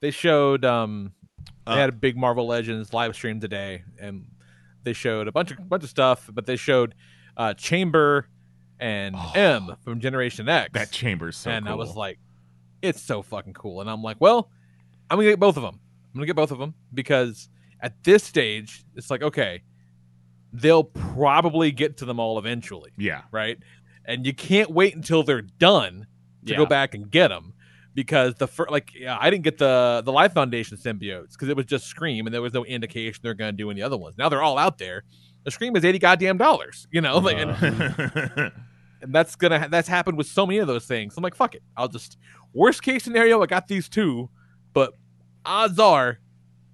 they showed um
Uh.
they had a big Marvel Legends live stream today and they showed a bunch of bunch of stuff, but they showed uh Chamber
(sighs)
and M from Generation X.
That chamber's so
and I was
cool.
like, it's so fucking cool. And I'm like, well, I'm gonna get both of them. I'm gonna get both of them because at this stage, it's like, okay, they'll probably get to them all eventually. (laughs)
Yeah.
Right. And you can't wait until they're done to go
Yeah.
back and get them because the first, like, yeah, I didn't get the the Life Foundation symbiotes because it was just Scream and there was no indication they're going to do any other ones. Now they're all out there. The Scream is eighty goddamn dollars. You know,
Uh-huh.
like, and, and that's gonna ha- that's happened with so many of those things. I'm like, fuck it. I'll just worst case scenario, I got these two, but odds are,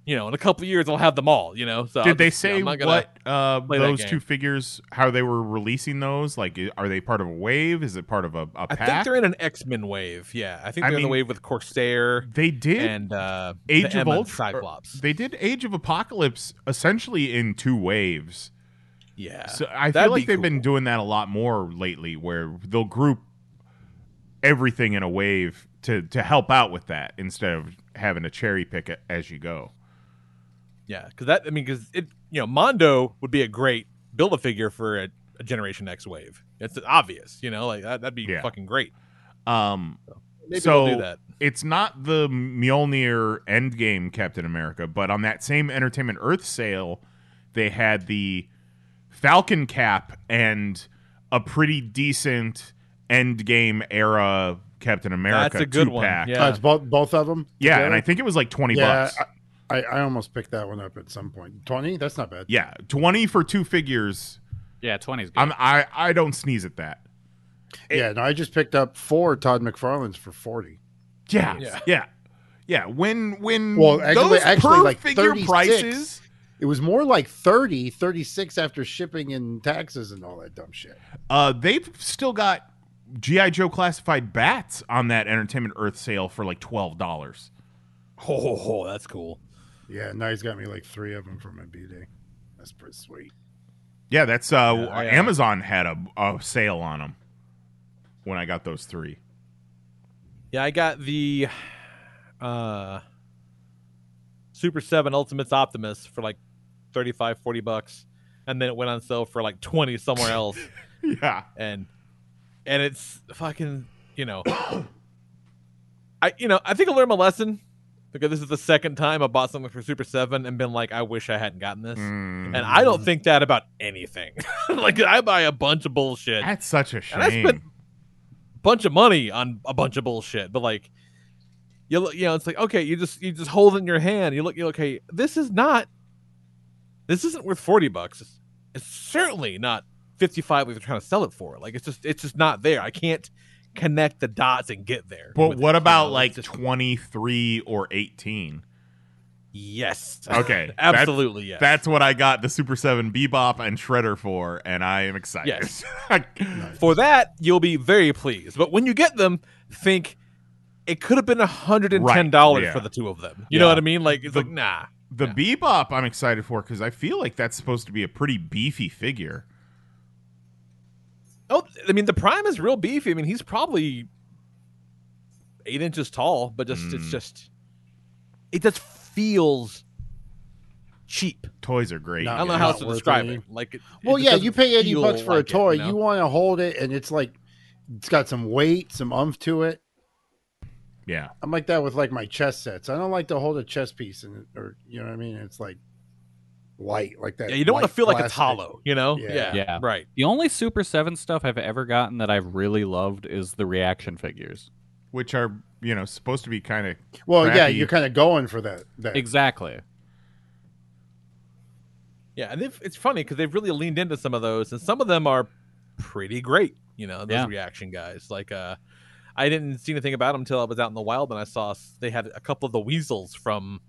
you know, in a couple of years I'll have them all. You know, so
(laughs)
I'll
Did they
just- yeah, I'm
say
not gonna
what uh,
play that
those two
game.
figures? How they were releasing those? Like, i- are they part of a wave? Is it part of a, a
I
pack?
think they're in an X Men wave. Yeah, I think
I
they're in
mean,
the wave with Corsair.
They did
and uh, the
Age of
M and
Ultra.
Cyclops.
They did Age of Apocalypse essentially in two waves.
Yeah,
So I
that'd
feel like
be
they've
cool.
been doing that a lot more lately, where they'll group everything in a wave to to help out with that instead of having to cherry pick it as you go.
Yeah, because that I mean, because it you know Mondo would be a great build a figure for a, a Generation X wave. It's obvious, you know, like that, that'd be
Yeah.
fucking great.
Um,
Maybe
so
they'll do that.
it's not the Mjolnir Endgame Captain America, but on that same Entertainment Earth sale, they had the Falcon cap and a pretty decent end game era Captain America.
That's a good one,
two-pack.
yeah. Uh, it's both- both of them
Yeah,
together?
and I think it was like twenty
yeah,
bucks.
I, I, I almost picked that one up at some point. Twenty? That's not bad.
yeah, twenty for two figures.
Yeah, twenty's
I'm, I I don't sneeze at that.
yeah, no, I just picked up four Todd McFarlane's for forty.
Yeah, yeah, yeah. When when
Well, actually,
those
actually
per
like
figure
36,
prices.
It was more like 30, 36 after shipping and taxes and all that dumb shit.
Uh, they've still got GI Joe classified bats on that Entertainment Earth sale for like twelve dollars.
Ho, ho, ho,
Oh, that's cool.
Yeah, now he's got me like three of them for my B day. That's pretty sweet.
Yeah, that's uh, Amazon had a, a sale on them when I got those three. (laughs)
Yeah, I got the uh Super 7 Ultimates Optimus for like 35 40 bucks and then it went on sale for like 20
(laughs)
somewhere else.
yeah.
And and it's fucking, you know, (coughs) I you know, I think I learned my lesson because this is the second time I bought something for Super 7 and been like I wish I hadn't gotten this.
Mm.
And I don't think that about anything. (laughs) like I buy a bunch of bullshit.
That's such a
And I
shame.
spent bunch of money on a bunch of bullshit, but like you look, you know, it's like okay, you just you just hold it in your hand. You look, you look, okay, this is not, this isn't worth forty bucks. It's, it's certainly not fifty five. What they're trying to sell it for. Like it's just it's just not there. I can't connect the dots and get there.
but
with it,
what
you
about
know?
like twenty three or eighteen?
Yes.
(laughs) Okay.
(laughs) Absolutely,
That's,
yes.
That's what I got the Super Seven Bebop and Shredder for, and I am excited. (laughs)
Yes. For that, you'll be very pleased. But when you get them, think it could have been hundred and ten dollars
Right, yeah.
for the two of them. You know
Yeah.
what I mean? Like it's
The-
like nah.
The Bebop I'm excited for because I feel like that's supposed to be a pretty beefy figure.
Oh, I mean the prime is real beefy. I mean he's probably eight inches tall, but just
Hmm.
it's just it just feels cheap.
Toys are great.
I don't know how else to describe it. Like, it,
Well,
it
yeah,
doesn't
you pay eighty
feel
bucks for
like
a toy.
It,
you
you,
want to hold it, and it's like it's got some weight, some umph to it.
Yeah.
I'm like that with like my chess sets. I don't like to hold a chess piece, and or you know what I mean. It's like light, like that.
yeah, you don't want
light
to feel like it's
plastic.
hollow. You know?
Yeah.
Yeah.
Yeah.
Right.
The only Super 7 stuff I've ever gotten that I've really loved is the reaction figures.
Which are, you know, supposed to be kind of
Well, yeah, you're kind of going for that. that.
Exactly.
Yeah, and they've, it's funny because they've really leaned into some of those, and some of them are pretty great. You know, those
Yeah.
reaction guys. Like, uh, I didn't see anything about them until I was out in the wild, and I saw s- they had a couple of the weasels from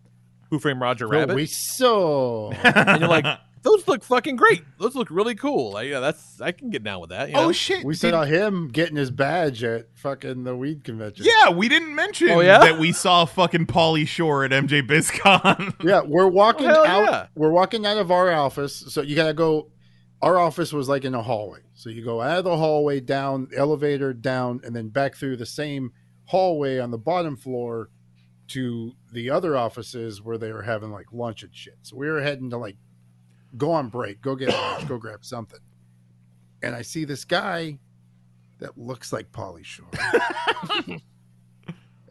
Who Framed Roger Rabbit.
Oh, we
(laughs)
saw.
and
(laughs)
you're like, those look fucking great. Those look really cool. Like, yeah, that's I can get down with that. you
Oh,
oh,
know?
We saw him getting his badge at fucking the weed convention.
Yeah, we didn't mention
Oh, yeah?
that we saw fucking Pauly Shore at MJ BizCon.
Yeah, we're walking
Oh, hell
out.
yeah.
We're walking out of our office. So you gotta go. Our office was like in a hallway. So you go out of the hallway, down elevator, down, and then back through the same hallway on the bottom floor to the other offices where they were having like lunch and shit. So we were heading to like go on break, go get lunch, go grab something. And I see this guy that looks like Polly
(laughs)
Shore.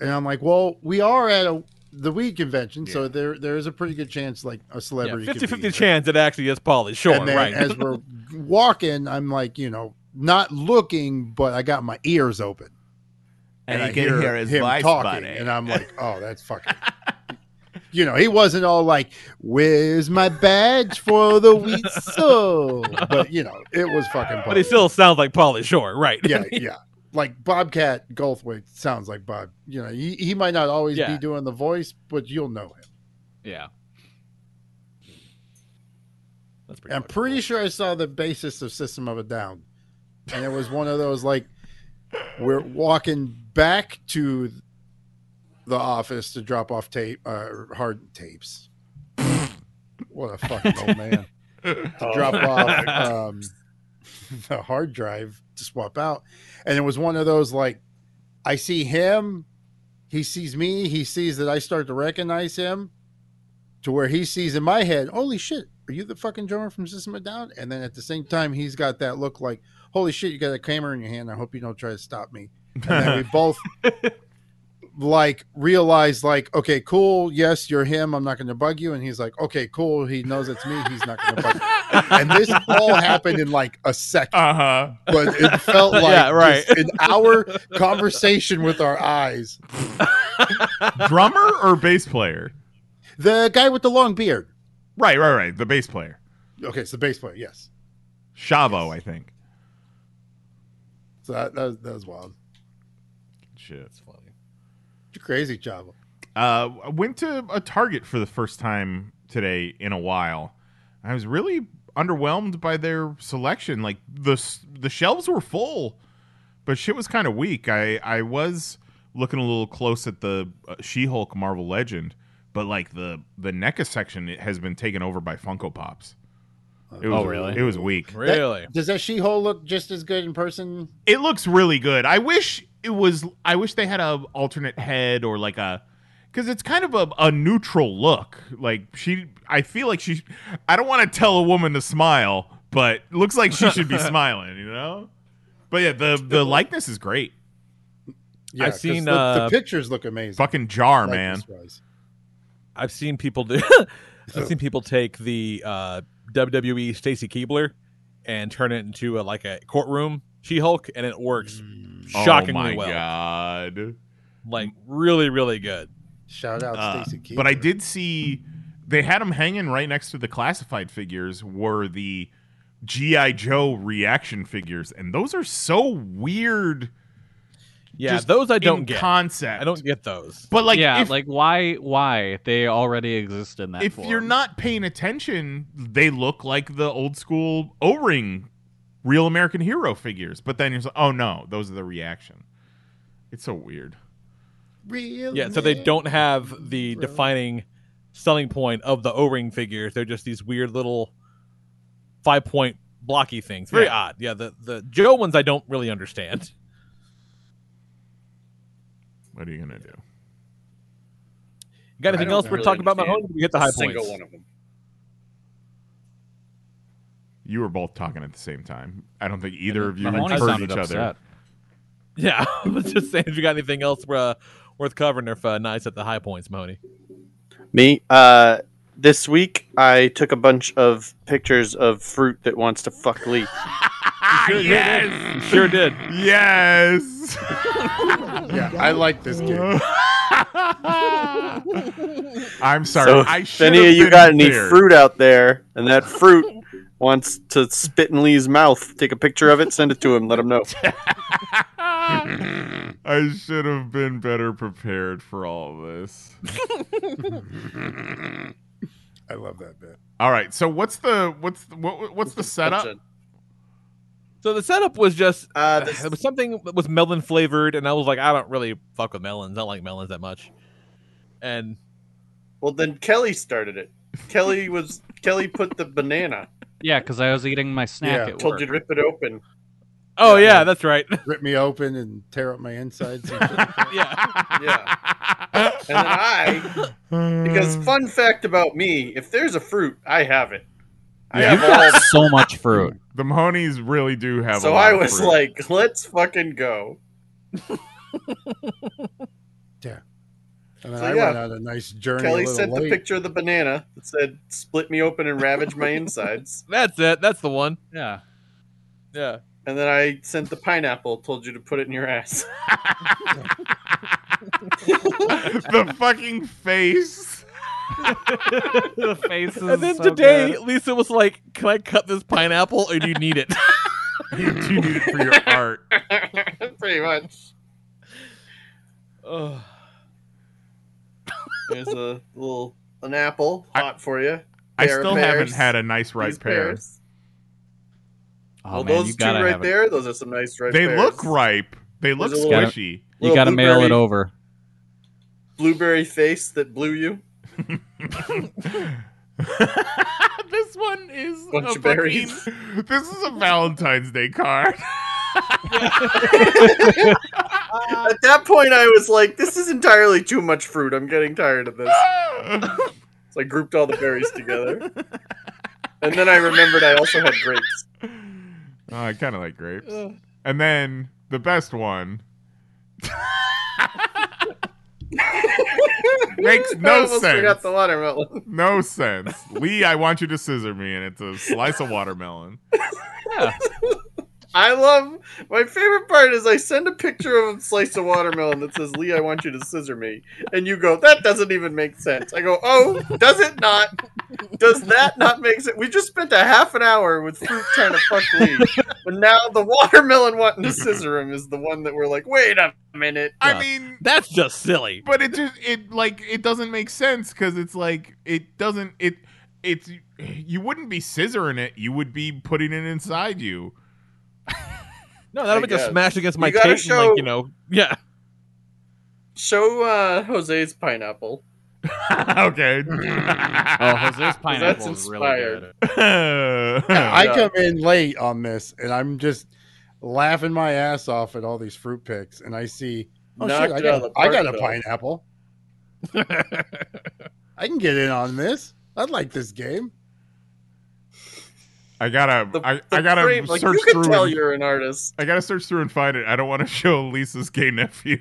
and I'm like, well, we are at a the weed convention, so there there is a pretty good chance like a
yeah,
celebrity. could be
50 50
there.
chance it actually is Polly Shore,
and then
right?
as we're walking, I'm like, you know, not looking, but I got my ears open.
(laughs) And
I
you can hear his voice, buddy.
And I'm
(laughs)
like, oh, that's fucking You know, he wasn't all like, Where's my badge for the weed so? But you know, it was fucking
(laughs) but he still sounds like Polly Shore,
(laughs)
right?
yeah, yeah. Like Bobcat Goldthwait sounds like Bob. You know, he, he might not always
Yeah.
be doing the voice, but you'll know him.
Yeah.
I'm pretty sure I saw the basis of System of a Down, and it was one of those like we're walking back to the office to drop off tape, uh, hard tapes. what a fucking old man!
Oh,
to drop off um, the hard drive to swap out, and it was one of those like I see him, he sees me, he sees that I start to recognize him to where he sees in my head, holy shit, are you the fucking drummer from System of a Down? And then at the same time, he's got that look like,
(laughs)
(laughs) holy shit, you got a camera in your hand. I hope you don't try to stop me. And then we both like realized like okay cool yes you're him i'm not going to bug you and he's like okay cool he knows it's me he's not going to bug you
(laughs)
and this all happened in like a second
uh-huh
but it felt like
(laughs) Yeah, right.
just an hour conversation with our eyes
drummer or bass player?
The guy with the long beard.
Right, right, right. The bass player.
okay it's the bass player yes
Shavo, I think.
so that, that, was, that was wild
Shit, that's funny.
You're crazy job
Uh, I went to a Target for the first time today in a while. I was really underwhelmed by their selection. Like the s- the shelves were full, but shit was kind of weak. I I was looking a little close at the uh, She-Hulk Marvel Legend, but like the the NECA section it has been taken over by Funko Pops. It was,
Oh, really?
It was weak.
That- does that she-hole look just as good in person
It looks really good. I wish it was. I wish they had a alternate head or like a, because it's kind of a, a neutral look. Like she, I feel like she. I don't want to tell a woman to smile, but it looks like she
(laughs)
should be smiling. You know. But yeah, the the likeness is great.
Yeah,
I've
'cause
seen,
the, the
uh,
pictures look amazing.
Fucking jar, man.
Likeness-wise.
I've seen people do. (laughs) I've seen people take the uh, WWE Stacy Keebler and turn it into a, like a courtroom She Hulk, and it works
Mm.
shockingly
oh my
well.
god!
Like really, really good.
Shout out
Uh,
Stacey
but I
Keebler.
did see they had them hanging right next to the classified figures were the GI Joe reaction figures, and those are so weird.
Yeah,
just
those I don't
in
get.
Concept.
I don't
get those.
But like,
yeah,
if,
like why? Why they already exist in that?
if
form.
you're not paying attention, they look like the old school O ring, real American hero figures. But then you're like, oh no, those are the reaction. It's so weird.
Real
Yeah, so they don't have the defining selling point of the O-ring figures. They're just these weird little five-point blocky things. Very
Yeah.
odd. Yeah, the the Joe ones I don't really understand.
What are you gonna do?
You got
I
anything
don't
else we're
really
talking about,
understand
Mahoney? We get the high
a single
points.
one of them.
You were both talking at the same time. I don't think either of you
Mahoney
heard
sounded
each other.
upset.
(laughs)
Yeah, (laughs) I was just saying if you got anything else uh, worth covering if uh, nice at the high points, Mahoney.
Me, uh, this week I took a bunch of pictures of fruit that wants to fuck Lee.
Ah, yes,
you sure did. (laughs)
Yes.
yeah, I
(laughs)
like this game.
I'm sorry.
So
I
if
should
any
have
of you
been
got any
there.
fruit out there, and that fruit wants to spit in Lee's mouth, take a picture of it, send it to him, let him know.
(laughs) I should have been better prepared for all of this.
I love that bit.
all right. So what's the what's the, what, what's the setup?
So the setup was just
(laughs)
uh, it was something that was melon flavored, and I was like, I don't really fuck with melons. I don't like melons that much. And
Well, then Kelly started it. Kelly was Kelly put the banana.
Yeah, because I was eating my snack at
told
work.
you to rip it open.
oh yeah, that's right. (laughs)
Rip me open and tear up my insides. And
(laughs)
Yeah. And then I, because
Hmm.
fun fact about me, if there's a fruit, I have it. I
Yeah.
have
You
all.
got
so much fruit.
(laughs) The Mahonies really do have. a
So
lot
I
of
was
fruit.
like, (laughs) let's fucking go.
then
(laughs) So
I
yeah,
went on a nice journey.
Kelly
a little
sent
late.
the picture of the banana that said, split me open and ravage my insides.
(laughs) That's it. That's the one.
Yeah.
Yeah. (laughs)
And then I sent the pineapple, told you to put it in your ass.
(laughs)
(laughs)
the fucking face.
the faces.
And then today, Lisa was like, "Can I cut this pineapple, or do you need it?"
you need it
(laughs)
for your art.
Pretty much.
Ugh.
There's a little an apple hot for you.
I
Pear of
still haven't
pears.
had a nice ripe
These
pear.
pears.
(laughs)
well,
Oh, man, you
those two
gotta
right
have it.
there, those are some nice ripe
They
pears.
look ripe. They look
There's a little-
squishy. (laughs)
You got to mail it
blueberry-
over.
Blueberry face that blew you.
this one is
Bunch
a
of berries.
fucking- This is a Valentine's Day card.
(laughs) At that point, I was like, this is entirely too much fruit. I'm getting tired of this. so I grouped all the berries together. And then I remembered I also had grapes.
Oh, I kind of like grapes. And then the best one. Makes
(laughs) I
no
almost
sense.
forgot the watermelon.
No sense. Lee, I want you to scissor me, and it's a slice of watermelon.
I love my favorite part is I send a picture of a slice of watermelon that says Lee, I want you to scissor me, and you go, that doesn't even make sense. I go, oh, does it not? Does that not make sense? We just spent a half an hour with fruit trying to fuck Lee, but now the watermelon wanting to scissor him is the one that we're like, wait a minute.
I mean,
that's just silly.
But it just it like it doesn't make sense because it's like it doesn't it it's you wouldn't be scissoring it. You would be putting it inside you. (laughs)
No, that'll
I
be just
guess.
smash against
You
my
gotta
tape and
show-
like, you know. Yeah.
Show uh, Jose's pineapple.
okay.
Oh,
(laughs)
Jose's
That's
pineapple is really
inspired.
good.
Yeah, I
Yeah.
come in late on this, and I'm just laughing my ass off at all these fruit picks, and I see, oh shit,
Knocked
I
it
got,
out of the
I got
park,
a
though.
pineapple.
(laughs)
I can get in on this. I like this game.
(laughs) I gotta I, I
the
gotta
frame, like,
search
you can
through.
tell
and-
you're an artist.
I gotta search through and find it. I don't want to (laughs) show Lisa's gay
(laughs)
nephew.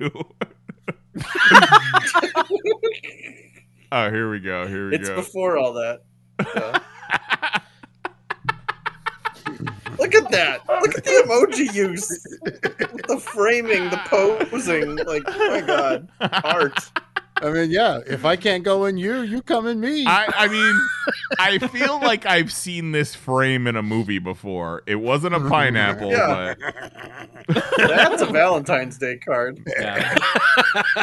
oh, here we go. Here we
It's
go.
before all that. Yeah. Look at that! Look at the emoji use, the framing, the posing. Like, oh my god, art.
I mean, yeah, if I can't go in you, you come in me.
I, I mean, I feel like I've seen this frame in a movie before. It wasn't a pineapple,
Yeah.
but
That's a Valentine's Day card.
Yeah. (laughs)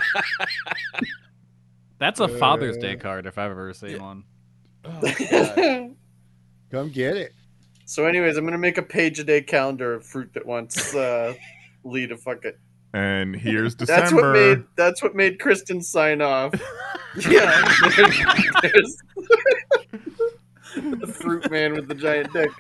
That's
Oh,
a Father's Day
Uh,
card if I've ever seen one.
come get it.
so, anyways, I'm gonna make a page a day calendar of fruit that wants uh, Lee to fuck it.
and here's December.
That's what made (laughs) that's what made Kristen
(laughs)
sign off. yeah, there's- the fruit man with the giant dick.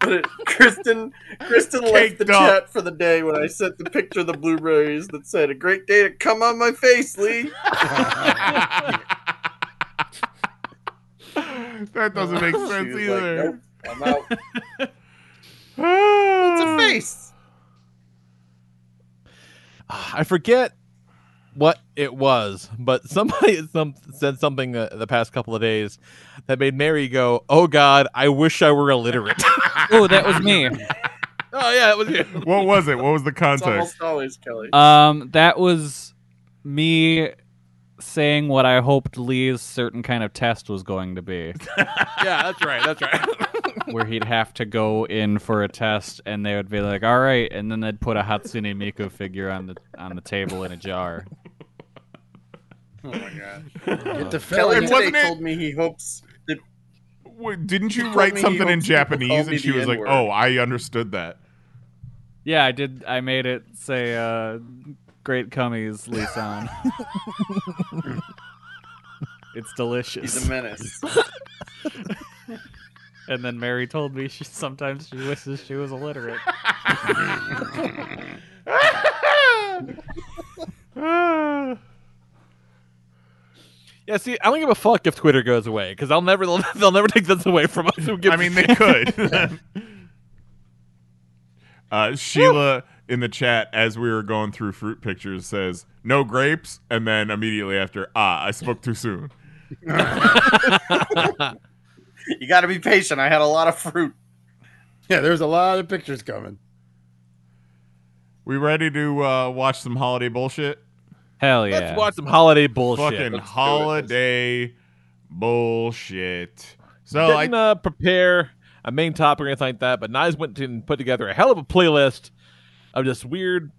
But it, Kristen, Kristen left
Caked
the
up.
chat for the day when I sent the picture of the blueberries that said "A great day to come on my
(laughs)
face, Lee."
(laughs) that doesn't make
She was
sense
like,
either.
"Nope, I'm out.
it's (laughs)
It's a face.
Ah, I forget what it was, but somebody (laughs) some, said something uh, the past couple of days that made Mary go, "Oh God, I wish I were illiterate."
Oh, that was me.
(laughs) oh yeah, it
(laughs)
was you.
What was it? What was the
It's
context?
almost always Kelly.
Um, that was me saying what I hoped Lee's certain kind of test was going to be,
(laughs) Yeah, that's right. That's right. (laughs)
where he'd have to go in for a test, and they would be like, "All right," and then they'd put a Hatsune Miku figure on the on the table in a jar.
oh my god,
Uh,
Get the fella.
Kelly
And wasn't
today
it-
told me he hopes that
Wait, Didn't
(laughs)
you
told
write
me he
something in
hopes people call
Japanese?
me
And she
the
was like,
N-word.
"Oh, I understood that."
Yeah, I did. I made it say, uh, "Great cummies,
(laughs)
Lee-san." it's
he's
delicious.
a
(laughs)
menace.
and then Mary told me she sometimes she wishes she was illiterate.
(laughs) Yeah, see, I don't give a fuck if Twitter goes away because I'll never (laughs) they'll never take this away from us. Who gives
I
a
mean,
shit?
they could.
(laughs)
(laughs) uh, Sheila in the chat, as we were going through fruit pictures, says, "No grapes," and then immediately after, "Ah, I spoke too soon."
You got to be patient. I had a lot of fruit.
Yeah, there's a lot of pictures coming.
We ready to uh, watch some holiday bullshit?
Hell yeah!
let's watch some holiday bullshit.
Fucking holiday bullshit. So I
didn't uh, prepare a main topic or anything like that, but Nyes went to and put together a hell of a playlist of just weird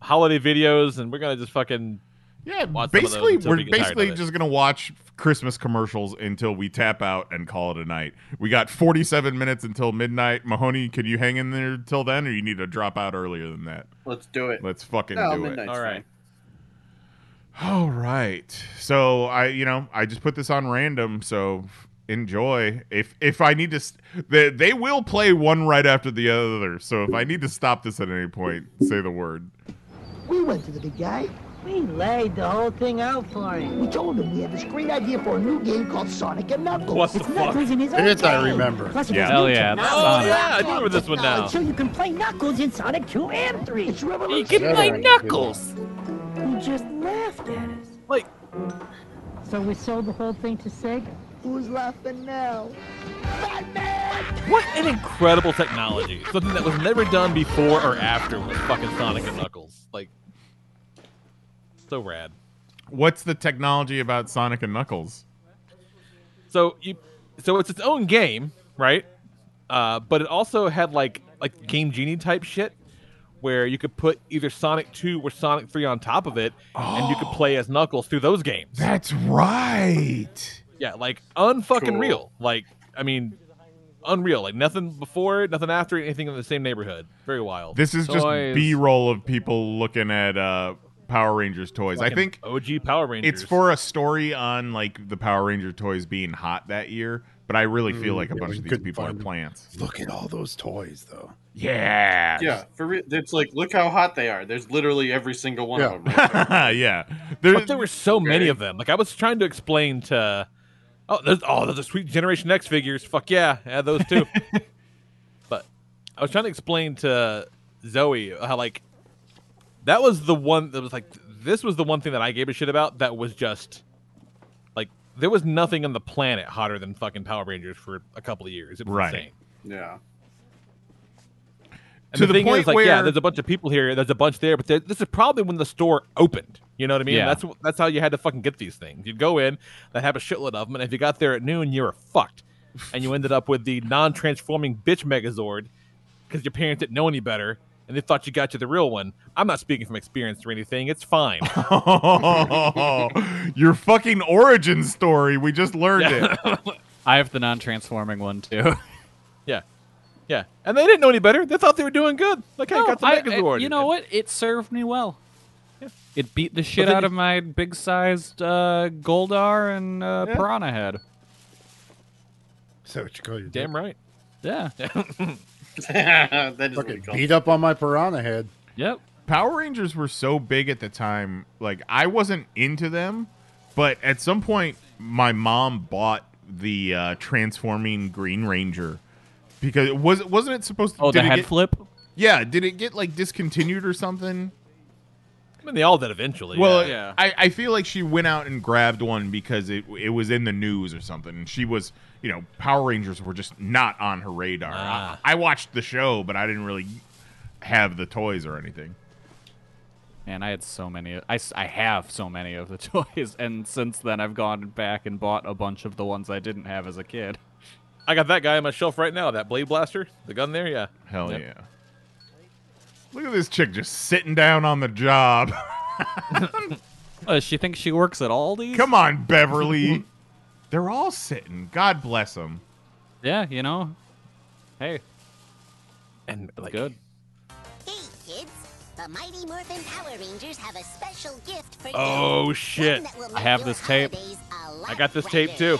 holiday videos, and we're gonna just fucking
Yeah,
watch some of those
basically,
until
we're
we get tired
basically
of it.
just gonna watch Christmas commercials until we tap out and call it a night. We got 47 minutes until midnight. Mahoney, can you hang in there till then, or you need to drop out earlier than that?
Let's do it.
Let's fucking
No,
do
midnight's
it.
All right.
All right. So I, you know, I just put this on random. So enjoy. If if I need to, st- they they will play one right after the other. So if I need to stop this at any point, say the word.
We went to the big guy. We laid the whole thing out for him. We told him we had this great idea for a new game called Sonic and Knuckles.
What the
It's
fuck?
Knuckles in his own
This I
game.
remember.
Plus it
Yeah.
has
Hell
new
yeah, that
technology
sounds-
and
Oh,
yeah, I do remember this one now.
technology, So you can play Knuckles in Sonic 2 and 3. It's revolutionary.
my Knuckles.
We just laughed at us. Like. So we sold the whole thing to Sega? Who's laughing now?
What an incredible technology! Something that was never done before or after was fucking Sonic and Knuckles. Like, so rad.
What's the technology about Sonic and Knuckles?
So you, so it's its own game, right? Uh, but it also had like like Game Genie type shit, where you could put either Sonic Two or Sonic Three on top of it, and you could play as Knuckles through those games.
That's right.
Yeah, like unfucking
Cool.
real. Like I mean, unreal. Like nothing before it, nothing after it, anything in the same neighborhood. Very wild.
This is just B roll of people looking at uh, Power Rangers toys. I
Fucking
think
OG Power Rangers.
it's for a story on like the Power Ranger toys being hot that year. But I really feel
Mm,
like a
yeah,
bunch
you
of these
couldn't
people are
find them.
plants.
Look at all those toys, though.
Yeah.
Yeah, for real. It's like, look how hot they are. There's literally every single one of them.
(laughs) yeah.
but there were so many of them. Like I was trying to explain to, oh, there's oh, those are sweet Generation X figures. Fuck yeah, I had those too. but I was trying to explain to Zoe how like that was the one that was like this was the one thing that I gave a shit about that was just like there was nothing on the planet hotter than fucking Power Rangers for a couple of years. It was
Right.
insane.
(laughs) Yeah.
And
To
the,
the
thing is,
point
like, yeah,
where-
there's a bunch of people here, there's a bunch there, but there- this is probably when the store opened. You know what I mean?
Yeah.
That's wh- that's how you had to fucking get these things. You'd go in, they'd have a shitload of them, and if you got there at noon, you were fucked, and you ended up with the non-transforming bitch Megazord because your parents didn't know any better, and they thought you got you the real one. I'm not speaking from experience or anything.
(laughs)
It's fine.
(laughs) Oh, your fucking origin story. We just learned it.
I have the non-transforming one too.
yeah, yeah, and they didn't know any better. They thought they were doing good. Like, hey, I got the
I-
Megazord.
I- you know what? It served me well. It beat the
But
shit
then
out
you-
of my big-sized uh, Goldar and uh,
Yeah.
Piranha head.
So what you call your
Damn right.
Yeah.
(laughs) that is what we
Fucking
call
beat up on my piranha head.
Yep.
Power Rangers were so big at the time. Like I wasn't into them, but at some point my mom bought the uh, transforming Green Ranger because it was wasn't it supposed to
Oh, the
did it
head
get-
flip.
Yeah, did it get like discontinued or something?
I mean, they all did eventually.
Well,
yeah. yeah.
I, I feel like she went out and grabbed one because it it was in the news or something. And she was, you know, Power Rangers were just not on her radar.
Ah.
I, I watched the show, but I didn't really have the toys or anything.
Man, I had so many. I, s- I have so many of the toys, and since then I've gone back and bought a bunch of the ones I didn't have as a kid.
I got that guy on my shelf right now. That blade blaster, the gun there. Yeah.
Hell
Yep.
yeah. Look at this chick just sitting down on the job. (laughs)
Uh, she thinks she works at Aldi.
Come on,
(laughs)
Beverly. They're all sitting. God bless them.
Yeah, you know. Hey,
And like,
good.
Hey, kids! The Mighty Morphin Power Rangers have a special gift for you.
Oh shit!
I have this tape.
I got this tape too.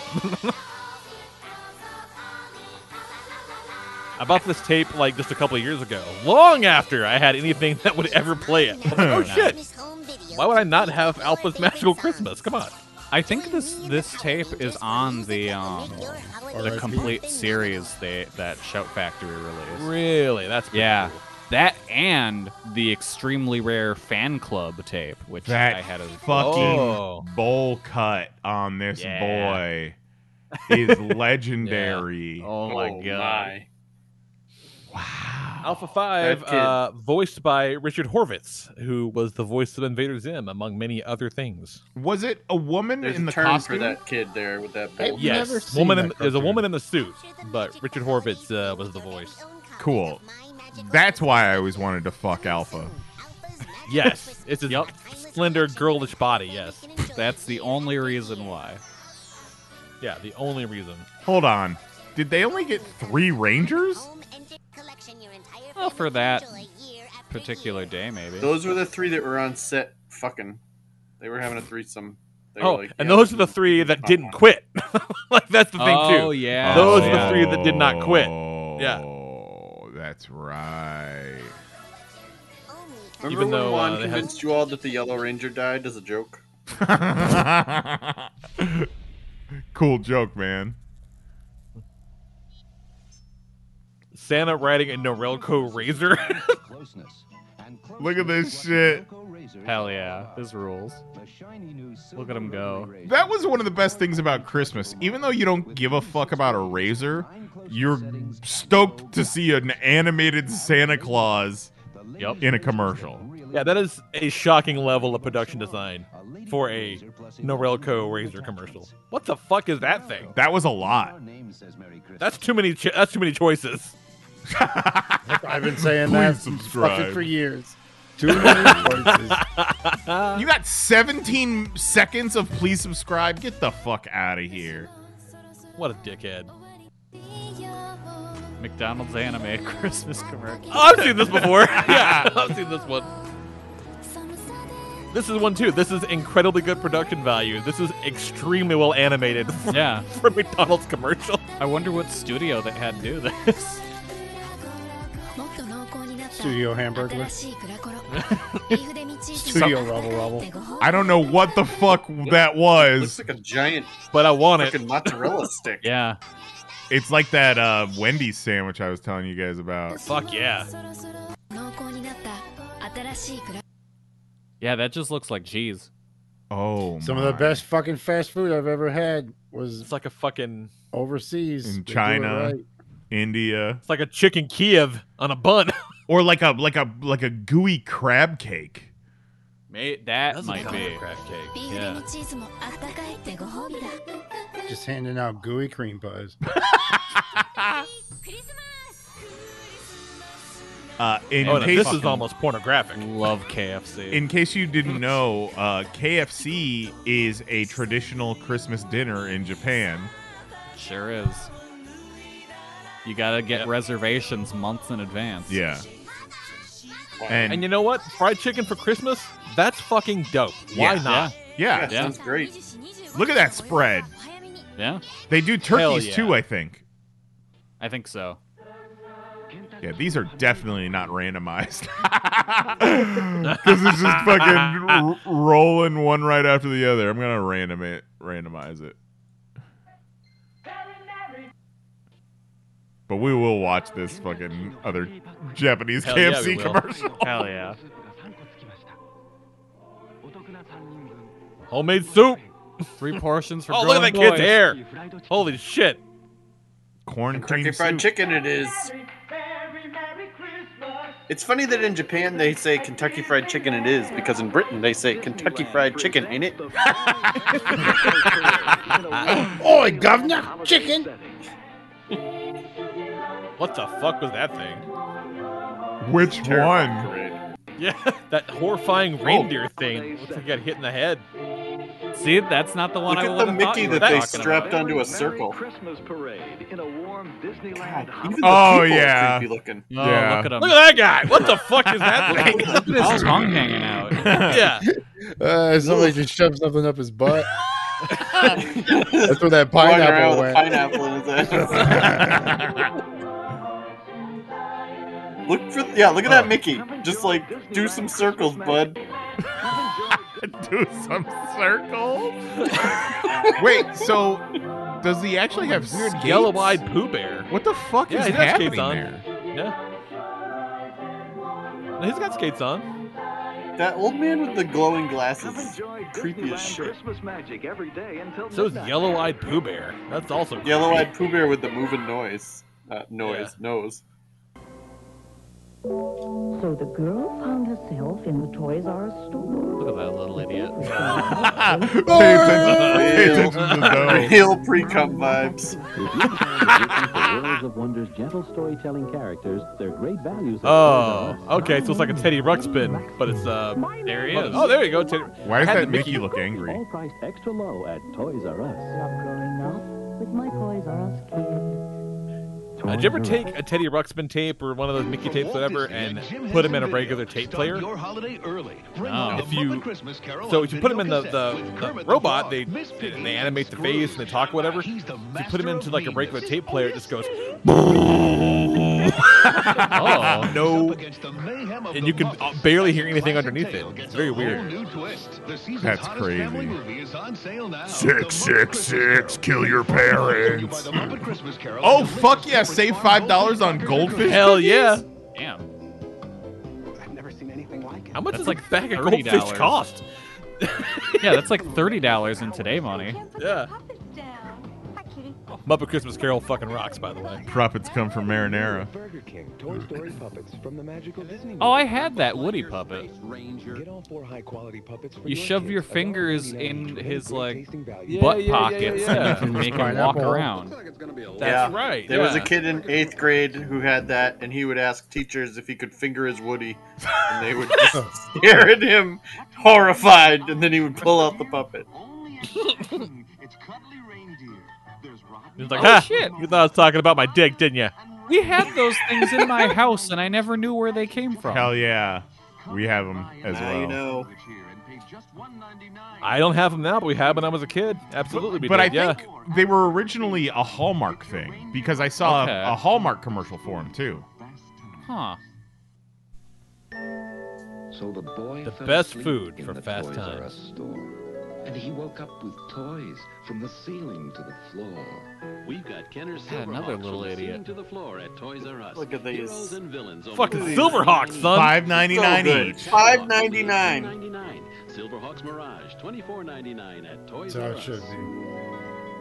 I bought this tape like just a couple of years ago, long after I had anything that would ever play it. I'm like, oh shit! Why would I not have Alpha's Magical Christmas? Come on.
I think this this tape is on the um the complete series they that Shout Factory released.
Really? That's pretty
yeah.
cool.
That and the extremely rare fan club tape, which
That
I had as
fucking
Oh.
bowl cut on this
Yeah.
(laughs)
boy is legendary.
Oh my
Oh,
god!
my.
Alpha Five,
That kid.
uh, voiced by Richard Horvitz, who was the voice of Invader Zim, among many other things.
Was it a woman
There's
in
a
the
term
costume?
for that kid there with that bowl.
yes,
never seen
woman. In,
that
there's a
cartoon.
woman in the suit, but Richard Horvitz uh, was the voice.
Cool. That's why I always wanted to fuck Alpha.
Yes, it's his slender, girlish body. Yes,
That's the only reason why.
yeah, the only reason.
Hold on. Did they only get three Rangers?
Well, for that particular day, maybe.
Those were the three that were on set fucking. They were having a threesome. They were
Oh,
like,
and
yeah,
those are the three that didn't quit. (laughs) like that's the thing too.
Oh, yeah.
those are
Yeah.
the three that did not quit. Yeah,
Oh, that's right. (laughs)
Remember
even
when
though,
Juan
uh, they had-
convinced you all that the Yellow Ranger died as a joke?
cool joke, man.
Santa riding a Norelco razor.
Look at this shit.
lasers.
Hell yeah, this rules. Look at him go.
That was one of the best things about Christmas. Even though you don't give a fuck about a razor, you're stoked to see an animated Santa Claus in a commercial.
Yeah, that is a shocking level of production design for a Norelco razor commercial. What the fuck is that thing?
That was a lot.
That's too many. Cho- that's too many choices.
I've been saying that fucking for years. Too many choices.
you got 17 seconds of please subscribe. Get the fuck out of here.
What a dickhead.
McDonald's anime (laughs) Christmas commercial.
Oh, I've seen this before. (laughs) yeah, I've seen this one. This is one too. This is incredibly good production value. This is extremely well animated. (laughs) For,
Yeah.
for McDonald's commercial.
I wonder what studio they had to do this.
Studio Hamburglar.
Studio Rubble Rubble. I don't know what the fuck that was.
Like a giant.
But I want it.
Fucking (laughs) mozzarella stick.
Yeah.
It's like that uh, Wendy's sandwich I was telling you guys about.
Fuck yeah.
Yeah, that just looks like cheese.
Oh,
Some of the best fucking fast food I've ever had was
It's like a fucking.
overseas
in
They do it
China,
right.
India.
It's like a chicken Kiev on a bun.
or like a like a like a gooey crab cake.
May- that
(laughs) That's a
might be.
McDonald's crab cake.
Yeah.
Just handing out gooey cream pies.
Uh, in
oh, no,
case
this is almost pornographic. Love KFC.
in case you didn't know, uh, KFC is a traditional Christmas dinner in Japan.
Sure is. You gotta get reservations months in advance.
Yeah.
And,
And,
you know what? Fried chicken for Christmas? That's fucking dope. Why
Yeah.
not?
yeah,
Yeah, sounds great.
look at that spread.
Yeah.
They do
Hell
turkeys
yeah.
too, I think.
I think so.
Yeah, these are definitely not randomized. (laughs) Because it's just fucking r- rolling one right after the other. I'm gonna random it, randomize it. But we will watch this fucking other Japanese
Hell yeah,
KFC
we will.
commercial.
(laughs) Hell yeah.
Homemade soup.
Three portions for
Oh, look at that
growing boys.
kid's hair. Holy shit.
Corn cream
Kentucky Fried
soup.
Chicken, it is. It's funny that in Japan they say Kentucky Fried Chicken, it is, because in Britain they say Kentucky Fried Chicken, ain't it?
Oh,
Oi, governor! Chicken!
What the fuck was that thing?
Which one?
Great.
Yeah, (laughs) that horrifying reindeer thing. Looks like you got hit in the head.
See, that's not the one
Look
I
at
would
the
have thought
Mickey
you
that
were
they
talking
strapped
about.
onto a circle.
Christmas parade in a warm Disneyland
Even the
Oh,
people are
yeah.
creepy (laughs) looking.
Oh,
Yeah. (laughs)
(laughs)
look at him.
Look at that guy. What the fuck is that thing?
Look at his tongue hanging out.
Yeah.
Uh, somebody just shoved something up his butt. That's where
(laughs)
that pineapple
Walking
went.
around with a pineapple in his ass. (laughs) look for yeah, look at that Mickey. Just like do some circles, bud.
do some circles. (laughs) Wait, so does he actually have
Weird
skates?
yellow eyed Pooh Bear.
What the fuck
Yeah,
is
he's got
happening
skates on.
there?
Yeah. No, he's got skates on.
That old man with the glowing glasses.
Enjoy
Creepy as
Disneyland
shit.
Christmas magic every day until
So is
midnight.
yellow eyed Pooh Bear. That's also creepy.
Yellow eyed Pooh Bear with the moving noise. Uh, noise, nose.
So the girl found herself in the Toys R Us store.
Look at that little idiot.
Pay
(laughs)
attention, pay
Real,
attention
(laughs)
to the dough.
real pre cum vibes.
If you find a for Worlds of Wonder's gentle storytelling characters, their great values. at Toys
Oh,
R Us.
okay. So it's like a Teddy Ruxpin, but it's uh.
There he is.
Oh, there you go. Teddy.
Why does
Had
that
the
Mickey
Mickey-
look angry?
All priced extra low at Toys R Us.
Love growing up with my Toys R Us kid.
Uh, did you ever take a Teddy Ruxpin tape or one of those Mickey tapes, whatever, and put them in a regular tape player?
holiday early.
No.
If you so if you put them in the, the, the robot, they and they animate the face and they talk whatever. If you put them into like a regular tape player, it just goes. (laughs)
(laughs) Oh.
no, and you can uh, barely hear anything underneath it. It's very (laughs) weird.
That's crazy.
Six, six, six, kill your parents.
Oh fuck yeah! Save five dollars on goldfish.
Hell yeah!
Damn.
I've never seen anything like
How much
That's
does
like
a bag of
$30.
goldfish cost? yeah, that's like thirty dollars in today money.
Yeah. Muppet Christmas Carol fucking rocks, by the way.
Profits come from marinara.
Burger King Toy Story puppets from the magical Disney.
Oh, I had that Woody puppet.
Get all four high quality puppets. For
You
your
shove
kids.
your
Adult
fingers
$99
in
with
his
great
like
tasting value.
butt
Yeah, yeah, yeah,
pockets
(laughs)
yeah,
and
yeah.
make him walk
Pineapple.
around.
yeah.
That's right.
There was a
yeah.
kid in eighth grade who had that, and he would ask teachers if he could finger his Woody, and they would just stare at him, horrified, and then he would pull out the puppet.
He's like,
Oh,
"Ha,
shit."
You thought I was talking about my dick, didn't you?
We had those things in my house, and I never knew where they came from.
Hell yeah, we have them as
Now
well.
you
know.
I don't have them now, but we had when I was a kid. Absolutely, we
But I
did, yeah.
think they were originally a Hallmark thing because I saw
Okay.
a, a Hallmark commercial for them too. (laughs)
Huh.
So the boy
The
fell
best
asleep
food
in
for
the
fast
Toys
times.
R Us store, and he woke up with toys from the ceiling to the floor. We've got Kenner
God, another
Silverhawks
little
from the
idiot.
ceiling to the floor at Toys R Us.
Look at these.
Heroes and villains over
Fucking
the-
Silverhawks, son.
$5.99
So good.
each.
$5.99.
$2.99. Silverhawks Mirage, twenty-four ninety-nine at Toys
So
R
it
Us.
should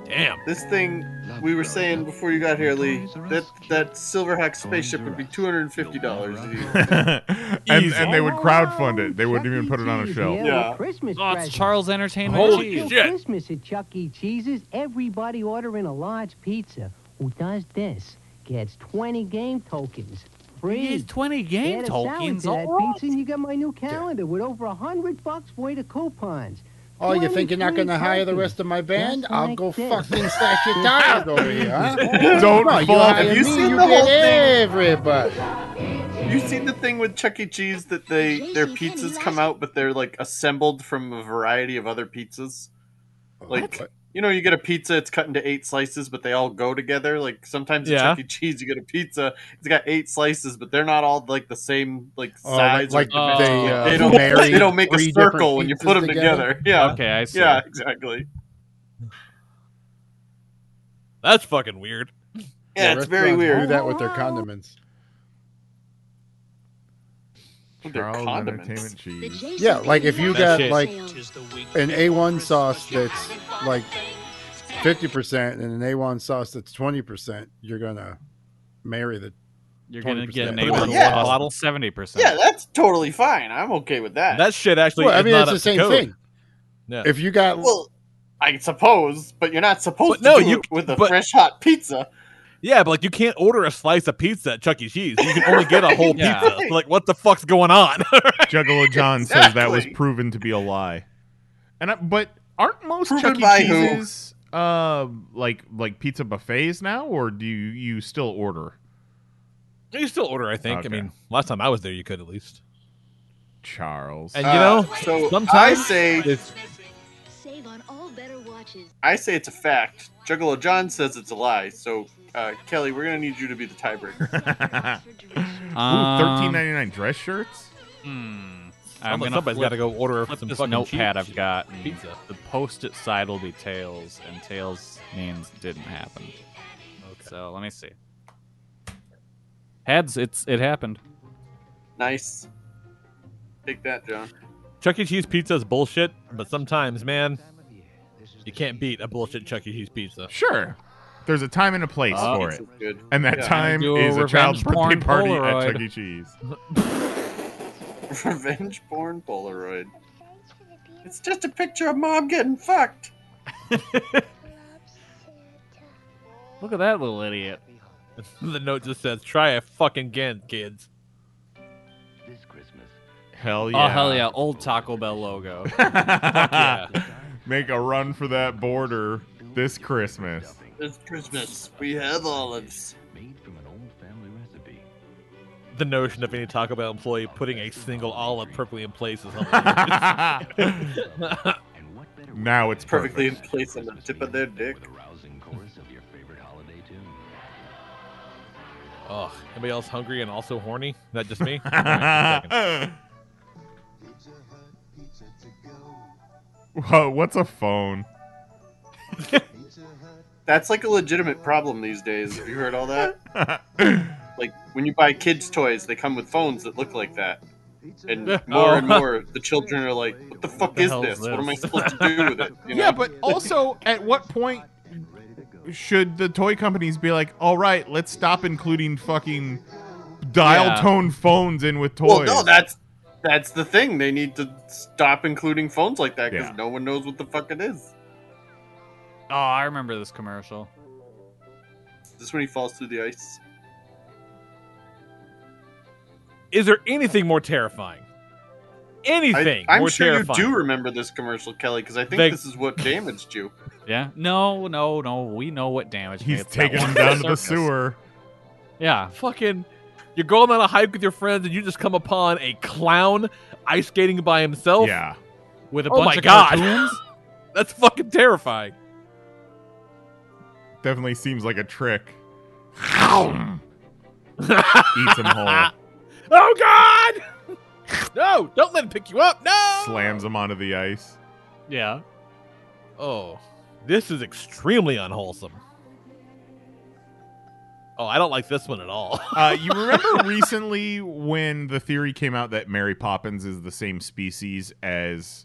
Damn.
This thing we were saying before you got here, Lee, that that Silverhawk spaceship would be two hundred and fifty dollars.
and, and they would crowdfund it. They wouldn't even put it on a shelf.
Yeah. Yeah.
E. Christmas
Oh, it's
present.
Charles Entertainment.
Holy
Cheese.
shit. Christmas at Chuck E. Cheese's, everybody ordering a large pizza who does this gets 20 game tokens. Free.
Yes, 20 game
Add a salad
tokens,
to that
all right.
pizza and you get my new calendar with over a hundred bucks worth of coupons.
Oh, you think you're not
23
going to hire the
tokens.
rest of my band?
Just
I'll
like
go
this.
fucking slash your dime over here, (laughs) huh?
Don't
Come on,
fall-
hire
Have you
me,
seen
you
the
get
whole thing?
Everybody.
You seen the thing with Chuck E. Cheese that they their pizzas come out, but they're like assembled from a variety of other pizzas. Like you know, you get a pizza, it's cut into eight slices, but they all go together. Like sometimes at
Yeah.
Chuck E. Cheese, you get a pizza, it's got eight slices, but they're not all like the same like
Oh,
size.
like-
or
like
dimension.
they, uh,
(laughs) they don't
marry
(laughs) they don't make a
three different
circle when you
pizzas
put them
together?
together. (laughs) Yeah.
Okay, I see.
Yeah, exactly.
That's fucking weird.
Yeah, it's very
restaurants
weird.
Do that with their condiments.
Charles
condiments.
Entertainment Cheese.
Yeah, like if you
That
got
shit.
like an A1 sauce that's like 50% and an A1 sauce that's 20%, you're going to marry the
You're gonna get
20%.
an A1 Yeah. sauce bottle? 70%.
Yeah, that's totally fine. I'm okay with that.
That shit actually.
Well, I
is
mean,
not
it's
up
the
to
same
code.
thing.
Yeah.
If you got
Well, I suppose, but you're not supposed
no,
to do
you-
it with a
but-
fresh hot pizza.
Yeah, but like you can't order a slice of pizza at Chuck E. Cheese. You can only get a (laughs) whole
Yeah.
pizza. So, like, what the fuck's going on? (laughs)
Juggalo John says that was proven to be a lie. And I, but aren't most
Proven
Chuck E.
by who?
Cheese's uh, like like pizza buffets now, or do you, you still order?
You can still order, I think.
Okay.
I mean, last time I was there, you could at least.
Charles.
And you know,
Uh, so
sometimes
I say-
it's-
Save on all better watches.
I say it's a fact. Juggalo John says it's a lie. So, uh, Kelly, we're gonna need you to be the tiebreaker.
Ooh,
Um,
thirteen ninety nine dress shirts.
I'm
Someone-
gonna
somebody's
flip-
gotta go order
flip
some
this
fucking
notepad
cheese.
I've got. and
Pizza.
The post-it side will be tails, and tails means didn't happen. Okay. So let me see. Heads, it's it happened.
nice. Take that, John.
Chuck E. Cheese pizza is bullshit, but sometimes, man, you can't beat a bullshit Chuck E. Cheese pizza. (laughs)
Sure. There's a time and a place
Uh,
for
it's
it.
Oh, good.
And that
(laughs)
Yeah.
time
Do a
is a child's
revenge porn
birthday party
Polaroid.
at Chuck E. Cheese.
Revenge porn Polaroid. It's just a picture of mom getting fucked.
Look at that little idiot.
the note just says, "Try it fucking again, kids."
Hell
Oh
yeah.
hell yeah! Old Taco Bell
(laughs)
logo.
Make a run for that border this Christmas. (laughs)
It's Christmas. We have olives.
(laughs) The notion of any Taco Bell employee putting a single olive perfectly in place is
(laughs)
hilarious.
Now it's
Perfectly
perfect.
in place on the tip of their dick.
Ugh. Anybody else hungry and also horny? Is that
(laughs)
just me?
(laughs) Whoa, what's a phone?
That's like a legitimate problem these days. Have you heard all that? like when you buy kids' toys, they come with phones that look like that. And more and more, the children are like, "What the fuck is this? What am I supposed to do with it?" You know?
Yeah, but also, at what point should the toy companies be like, "All right, let's stop including fucking dial
Yeah.
tone phones in with toys"?
well, no, that's that's the thing. They need to stop including phones like that because
Yeah.
no one knows what the fuck it is.
Oh, I remember this commercial.
Is this when he falls through the ice?
Is there anything more terrifying? Anything
I, am
more
sure
terrifying?
you do remember this commercial, Kelly, because I think
They-
this is what damaged you.
Yeah. No, no, no. We know what damage.
He's
made. It's that
taking
one
him down to the
circus.
sewer.
Yeah, fucking. You're going on a hike with your friends, and you just come upon a clown ice skating by himself.
Yeah.
With a
Oh
bunch
my
of
God.
cartoons. (laughs) That's fucking terrifying.
Definitely seems like a
(laughs)
trick. Eats him whole.
Oh God! (laughs) no, don't let him pick you up. No.
Slams him onto the ice.
Yeah. Oh, this is extremely unwholesome. Oh, I don't like this one at all. (laughs)
Uh, you
(laughs)
remember recently when the theory came out that Mary Poppins is the same species as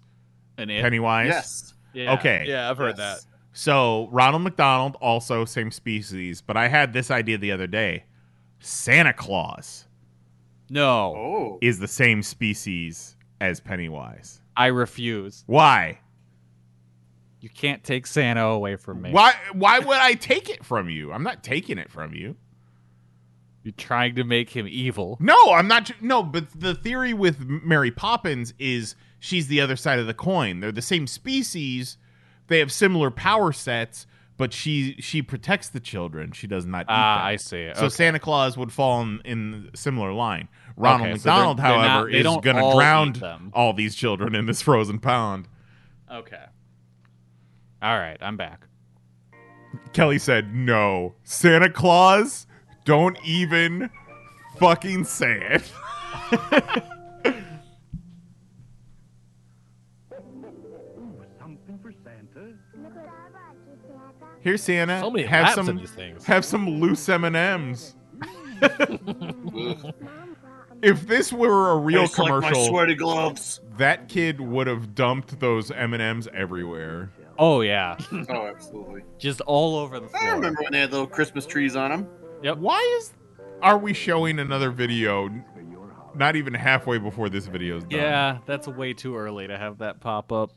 An it?
Pennywise?
Yes. Yeah.
Okay.
Yeah, I've heard Yes. that.
So Ronald McDonald also same species, but I had this idea the other day. Santa Claus
No.
Oh.
is the same species as Pennywise.
I refuse.
Why?
You can't take Santa away from me.
Why why would I take it from you? I'm not taking it from you.
You're trying to make him evil.
No, I'm not. No, but the theory with Mary Poppins is she's the other side of the coin. They're the same species. They have similar power sets, but she she protects the children. She does not. Eat
Ah,
them.
I see.
So
Okay.
Santa Claus would fall in, in a similar line. Ronald
Okay, so they're-
McDonald,
they're not-
however,
they don't
is going to
all
drown
eat them.
all these children in this frozen pond.
Okay. All right, I'm back.
Kelly said, "No, Santa Claus, don't even fucking say it." (laughs)
Something for Santa?
Here, Santa.
So many
have
laps
some
in these things.
Have some loose M and M's. If this were a real
Tastes like my
commercial,
sweaty gloves.
That kid would have dumped those M and M's everywhere. (laughs)
Oh yeah,
oh absolutely,
just all over the
I remember when they had little Christmas trees on them.
Yep.
Why is? Are we showing another video? Not even halfway before this video is done.
Yeah, that's way too early to have that pop up.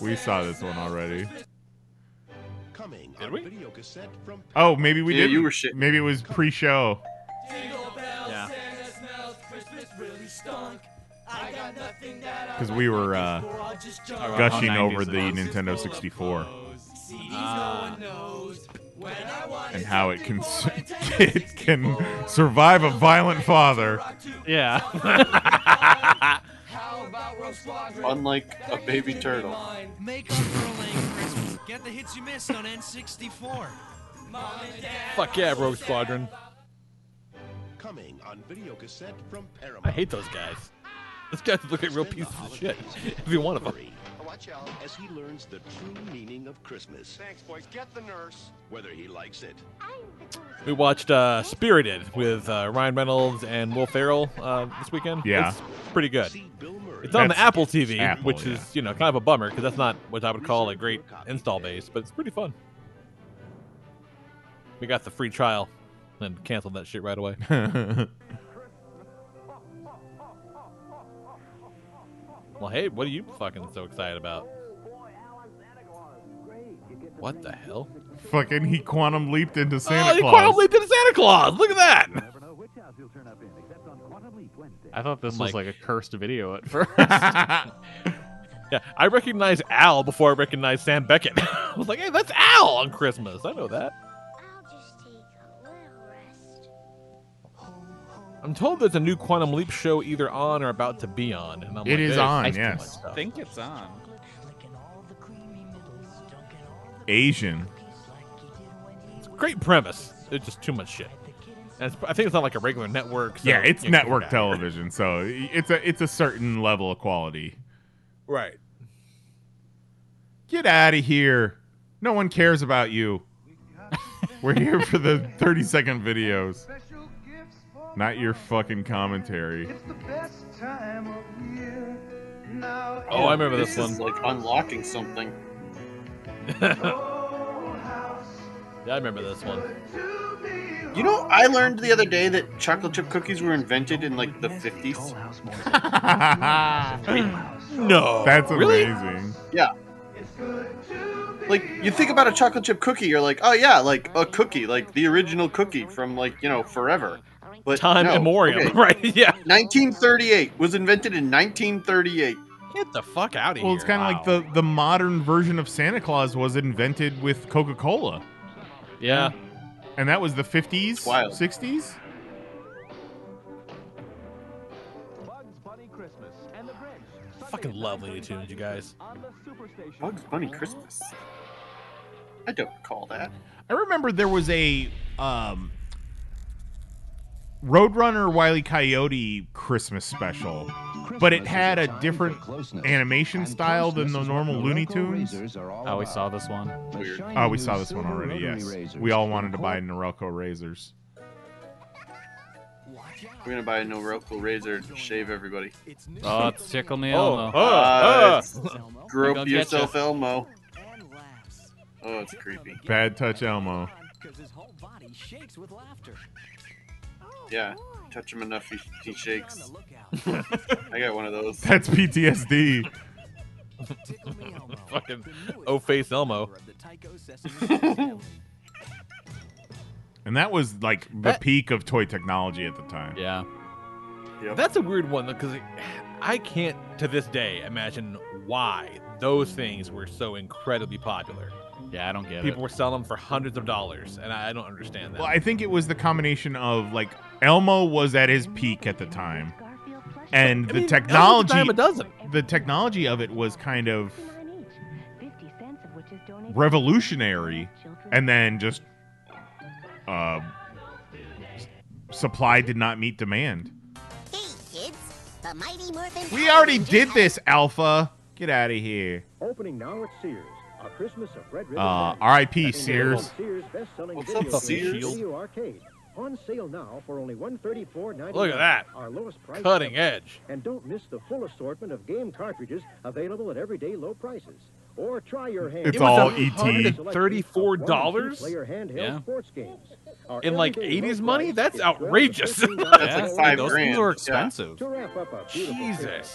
we saw this one already.
Coming on video cassette from
Oh, maybe we
Yeah,
did.
you were shit-
Maybe it was pre-show.
Yeah.
because we were uh,
about
gushing
how 90s
over
it
the
was.
Nintendo 64
Ah.
and how it can (laughs) it can survive a violent father.
Yeah.
Unlike a baby turtle.
Make up for a lame Christmas. Get the hits you missed on N64.
(laughs) Fuck yeah, Rogue Squadron.
coming on video cassette from Paramount.
I hate those guys. Those guys look like real pieces of shit. Every one of them.
Watch out as he learns the true meaning of Christmas. Thanks, boys. Get the nurse. Whether he likes it.
We watched uh, Spirited with uh, Ryan Reynolds and Will Ferrell uh, this weekend.
Yeah.
It's pretty good. It's on the
That's
Apple TV,
Apple,
which
yeah.
is you know kind of a bummer because that's not what I would call a great install base, but it's pretty fun. We got the free trial, and canceled that shit
(laughs)
right away. well, hey, what are you fucking so excited about? What the hell?
Fucking he quantum leaped into Santa
oh, you
Claus.
quantum leaped into Santa Claus! Look at that!
I thought this was like a cursed video at first.
(laughs) yeah, I recognize Al before I recognize Sam Beckett. (laughs) I was like, hey, that's Al on Christmas. I know that. I'm told there's a new Quantum Leap show either on or about to be on. And I'm
It
like, eh,
is
"There's
on,
too
yes.
much stuff."
think it's on.
Asian.
It's a great premise. There's just too much shit. And it's, I think it's on like a regular network. so-
yeah, it's
yeah,
network
yeah.
television, so it's a it's a certain level of quality.
Right.
Get out of here. No one cares about you. We're here for the 30 second videos. Not your fucking
(laughs)
commentary.
Oh, I remember this
is like unlocking something.
Yeah, I remember this one.
You know, I learned the other day that chocolate chip cookies were invented in like the 50s.
No. That's
Really?
amazing.
Yeah. Like you think about a chocolate chip cookie, you're like, oh yeah, like a cookie, like the original cookie from like you know forever. But
Time
no,
immemorial,
okay.
right? (laughs) Yeah.
1938 was invented in 1938.
Get the fuck out
Well, it's kind of like the the modern version of Santa Claus was invented with Coca Cola.
Yeah.
And that was the 50s, 60s.
Fucking love Looney Tunes, you guys.
Bugs Bunny Christmas. I don't recall that.
I remember there was a um, Roadrunner Wiley Coyote Christmas special, but it had a different animation style than the normal Looney Tunes.
Oh, we saw this one.
Oh, we saw this one already. Yes, we all wanted to buy Norelco razors.
We're gonna buy a Norelco razor to shave everybody.
Oh, it's tickle
(laughs)
me
Oh,
Elmo.
uh, it's
They
grope
gonna get
yourself,
ya.
Elmo. Oh, it's creepy.
Bad touch, Elmo. (laughs)
Yeah, touch him enough, he, he shakes. I got one of those.
That's PTSD.
Fucking O Face Elmo.
And that was like the
That-
peak of toy technology at the time.
Yeah.
That's a weird one because I can't to this day imagine why those things were so incredibly popular.
Yeah, I don't get
People were selling them for hundreds of dollars, and I I don't understand that.
Well, I think it was the combination of like Elmo was at his peak at the time, and
I
the
mean, Elmo's a
technology
dime a dozen.
the technology of it was kind of revolutionary, and then just uh, s- supply did not meet demand.
Hey, kids, the Mighty Morphin
We
Power
already
Rangers
did
have
this, Alpha. Get out of here.
Opening now at Sears. A Christmas of red ribbon.
Uh,
magic.
R.I.P.
Available
Sears.
on Sears best-selling
What's
video
up,
game,
Sears?
Video arcade. On sale now for only $134.99.
Look at that.
Our lowest price.
Cutting
ever.
edge.
And don't miss the full assortment of game cartridges available at everyday low prices. Or try your hand.
It's It was all E ET. $134?
Player handheld
Yeah.
sports games. Our
In like
everyday low
80s money?
price
That's
is 12 to
outrageous. (laughs)
$15.
That's like
five
those
grand.
things are
Yeah.
expensive.
To wrap up a beautiful
Jesus.
Period,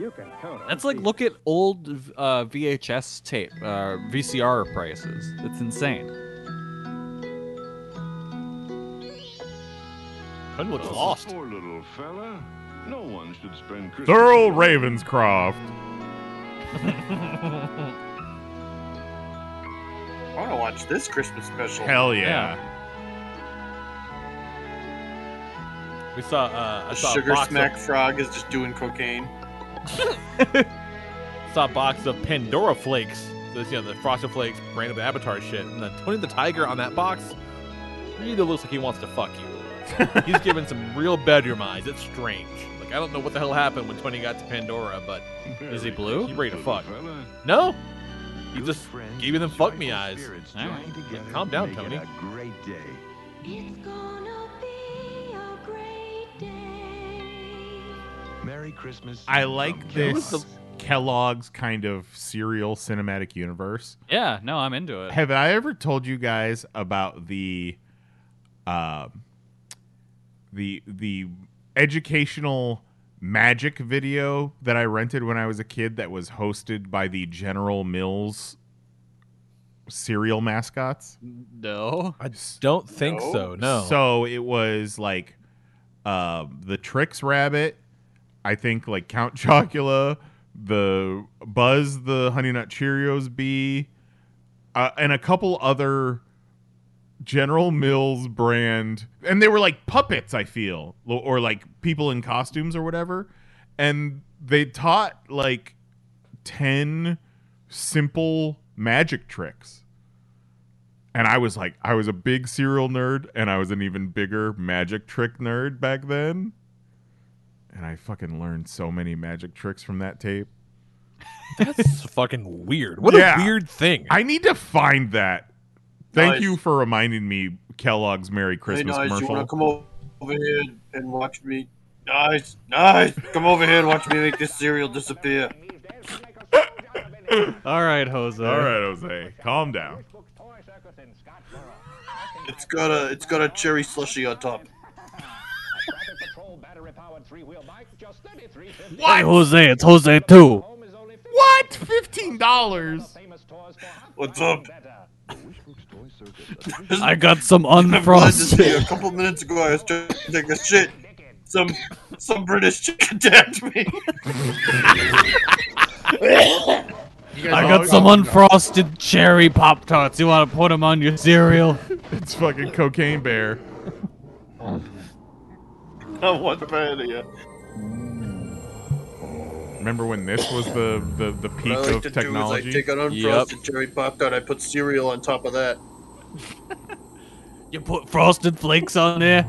you can count on
That's like look at old uh, VHS tape, uh, VCR prices. It's insane.
I look lost.
Poor little fella. No one should spend Christmas.
Thurl Ravenscroft.
I want to watch this Christmas special.
Hell yeah.
We saw. Uh, I saw a
Sugar
box
Smack
of,
Frog is just doing cocaine.
saw a box of Pandora Flakes. Those, you know, the Frosted Flakes brand of Avatar shit. And the Tony the Tiger on that box really looks like he wants to fuck you. He's giving some real bedroom eyes. It's strange. Like I don't know what the hell happened when Tony got to Pandora, but
Is he blue?
He ready to fuck? No. He just gave you them fuck me eyes. All right. Calm down, Tony.
Great day. Merry Christmas.
I like
Who
this
was
Kellogg's kind of serial cinematic universe.
Yeah, no, I'm into it.
Have I ever told you guys about the um the the educational magic video that I rented when I was a kid that was hosted by the General Mills cereal mascots?
No,
I don't think so. No.
So it was like uh, the Tricks Rabbit, I think like Count (laughs) Chocula, the Buzz the Honey Nut Cheerios bee, uh, and a couple other General Mills brand. And they were like puppets, I feel, lo- or like people in costumes or whatever. And they taught like 10 simple magic tricks. And I was like, I was a big serial nerd, and I was an even bigger magic trick nerd back then. And I fucking learned so many magic tricks from that tape.
(laughs) That's fucking weird. What
Yeah.
a weird thing.
I need to find that. Thank
Nice.
you for reminding me Kellogg's Merry Christmas
hey, nice, you
commercial.
wanna come over over here and watch me. Nice, nice. Come over here and watch me make this cereal disappear.
All right, Jose.
All right, Jose. Calm down.
It's got a it's got a cherry slushy on top.
Hey, Jose, it's Jose too.
What? Fifteen dollars?
What's up?
I got
(laughs)
some
I'm glad to see you. A
unfrosted.
couple minutes ago, I was trying to take a shit. Some some British chick attacked me. (laughs)
I got some unfrosted cherry pop tarts. You want to put them on your
(laughs)
cereal?
It's fucking cocaine bear.
I'm one fan of you.
Remember when this was the the, the peak
what I like
of
to
technology?
do is I take an unfrosted cherry pop tart, I put cereal on top of that.
You put frosted flakes on
(laughs)
there.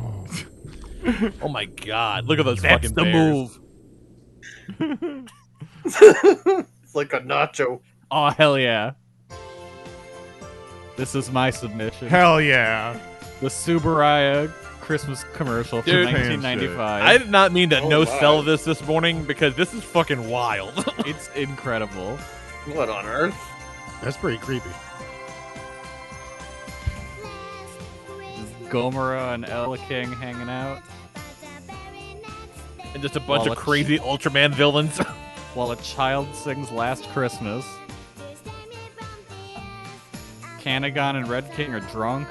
oh my god! Look at those That's
fucking
the
bears.
move.
It's like a nacho.
Oh hell yeah! This is my submission.
Hell yeah!
The Subaraya Christmas commercial
Dude,
from 1995.
I did not mean to
Oh,
no
wow.
sell this this morning because this is fucking wild. (laughs)
it's incredible.
What on earth?
That's pretty creepy.
Gomera and Ella King hanging out
And just a bunch
Well,
of
it's-
crazy Ultraman villains. (laughs)
while a child sings Last Christmas. Kanagon and Red King are drunk.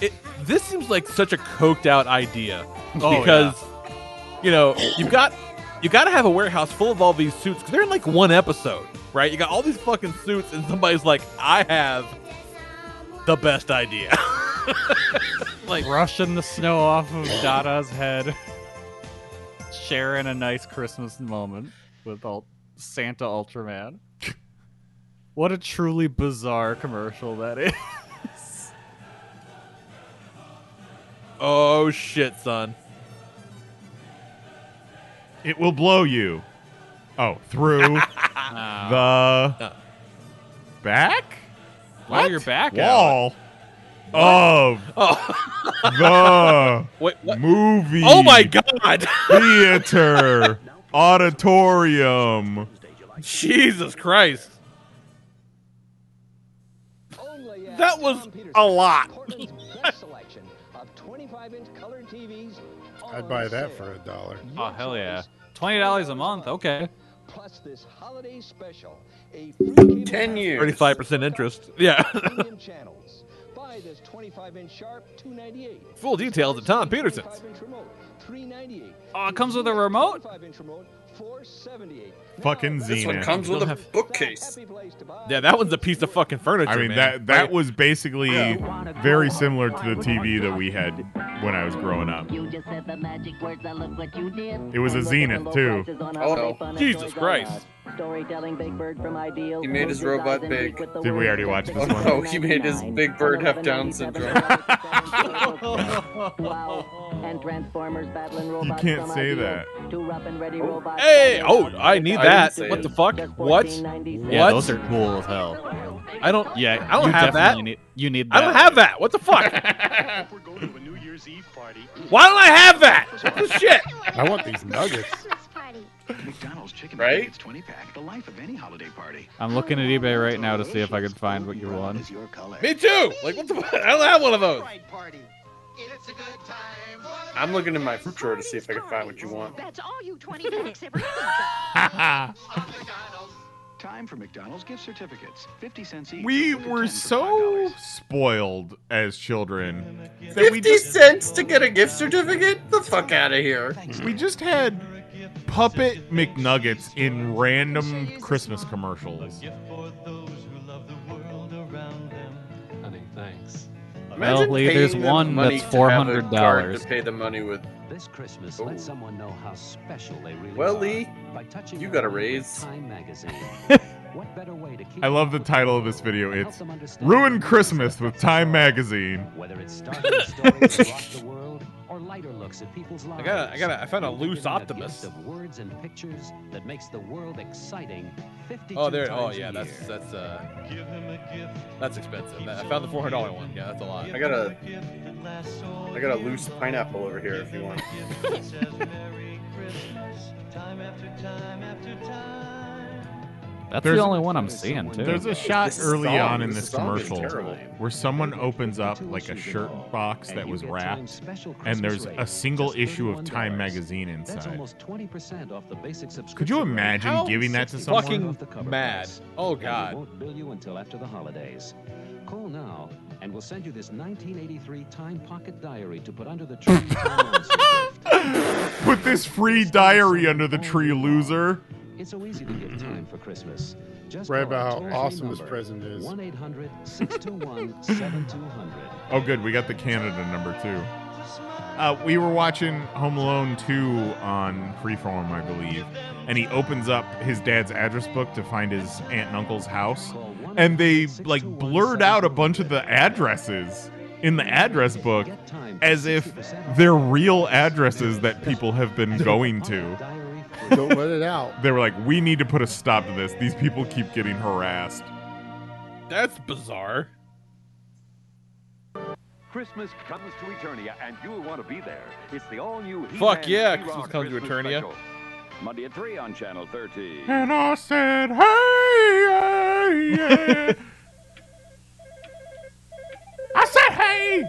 it, this seems like such a coked out idea
Oh,
because you know you've got you got to have a warehouse full of all these suits because they're in like one episode right you got all these fucking suits and somebody's like i have the best idea (laughs)
Like brushing the snow off of Dada's head. Sharing a nice Christmas moment with all Santa Ultraman. What a truly bizarre commercial that is.
oh shit son
It will blow you. Oh,
(laughs)
through the
Uh.
back?
Blow your back out.
wall of (laughs) the
Oh.
Wait, what?
movie.
Oh my God. (laughs)
(laughs)
theater auditorium.
jesus christ that was a
Oh,
lot
I'd buy that for a dollar.
Oh hell yeah. Twenty dollars a month, okay.
Ten years.
35% interest (laughs) yeah
Buy this 25-inch sharp 298.
full details at tom peterson's
398.
Oh, it comes with a remote?
5-inch remote. 478.
Fucking
This one
Xena.
comes with a bookcase.
yeah that one's a piece of fucking furniture
I mean
man.
that that
Like,
was basically very similar to the TV that we had when I was growing up.
You just said the magic words. I look what you did.
It was a
And look at the
Zenith,
low
too.
prices on
Oh,
Holiday
no.
Fun at
Jesus
Toys R
Christ.
Us. Storytelling Big Bird from Ideal.
He made his
Closes
robot
eyes and reach
big.
with the
Did we
words
already
that
watch
just
this
said
one?
No,
(laughs)
he made his big bird have Down syndrome.
wow. And Transformers battling robots
can't
from
say
Ideal.
that.
Two rough and ready robots.
Hey!
from
Oh,
Ideal.
I need
I
that.
didn't say
What the
it.
fuck?
Just
What?
$14.97.
Yeah,
What?
those are cool as hell.
I don't. Yeah, I
you
don't have that.
definitely need- you need.
I don't
that.
have that. What the fuck? Why don't I have that? What the shit?
I want these nuggets.
McDonald's chicken
Right?
nuggets 20 pack, the life of any holiday party.
I'm looking at eBay right now to see if I can find what you want.
Me too. Like what the fuck? I don't have one of those.
I'm looking in my fruit drawer to see if I can find what you want.
That's all you 20 minutes ever
Time for McDonald's gift certificates. 50 cents each.
(laughs) We were so spoiled as children that we
50
just
cents to get a gift certificate? The fuck out of here.
we just had puppet McNuggets in random Christmas commercials.
Honey, thanks.
Well, Lee, there's
paying them
one
money
that's
to have a card
$400.
To pay the money with.
This Christmas,
Oh.
let someone know how special they really
Well,
are
Lee,
by
(laughs)
touching
you
their
got a
hand with
raise.
Time magazine. what better way to keep
I love the title of this video. It's Ruin Christmas with Time Magazine.
whether it's starting stories across the world or life
brighter looks at people's lives.
I gotta- I gotta- I found a
And we
loose
give 'em gift
optimist.
of words and pictures that makes the world exciting. 52
Oh, there. Oh,
times a
yeah. That's
year.
that's uh. That's expensive. That- I found the four hundred dollar one. Yeah, that's a lot.
I got a, I got a loose pineapple over here if you want.
That's
There's-
the only one I'm seeing too.
There's a shot
This
early
song-
on in
this
this
song is
commercial
terrible.
where someone opens up like a shirt box that was wrapped, and there's a single issue of Time magazine
That's
inside.
almost 20% off the basic subscription.
Could you imagine
How
giving that to someone?
fucking mad.
Oh
God! And we won't bill you until after the holidays. Call now, and we'll send you this 1983 Time Pocket Diary to put under the tree.
(laughs) Put this free diary under the tree, loser.
it's so easy to give time for Christmas. Just
Right
call our
about
toll-free
how awesome this
number,
present is.
1-800-621-7200.
Oh, good. We got the Canada number too. Uh, we were watching Home Alone 2 on Freeform, I believe, and he opens up his dad's address book to find his aunt and uncle's house, and they like blurred out a bunch of the addresses in the address book as if they're real addresses that people have been going to.
Don't let it out.
They were like, "We need to put a stop to this. These people keep getting harassed."
That's bizarre.
Christmas comes to Eternia, and you'll want to be there. It's the all-new
Fuck
He-Man
yeah,
He-Ra
Christmas comes to
Christmas
Eternia.
special. Monday at 3 on Channel 30.
And I said, "Hey, yeah, (laughs) yeah." I said, "Hey."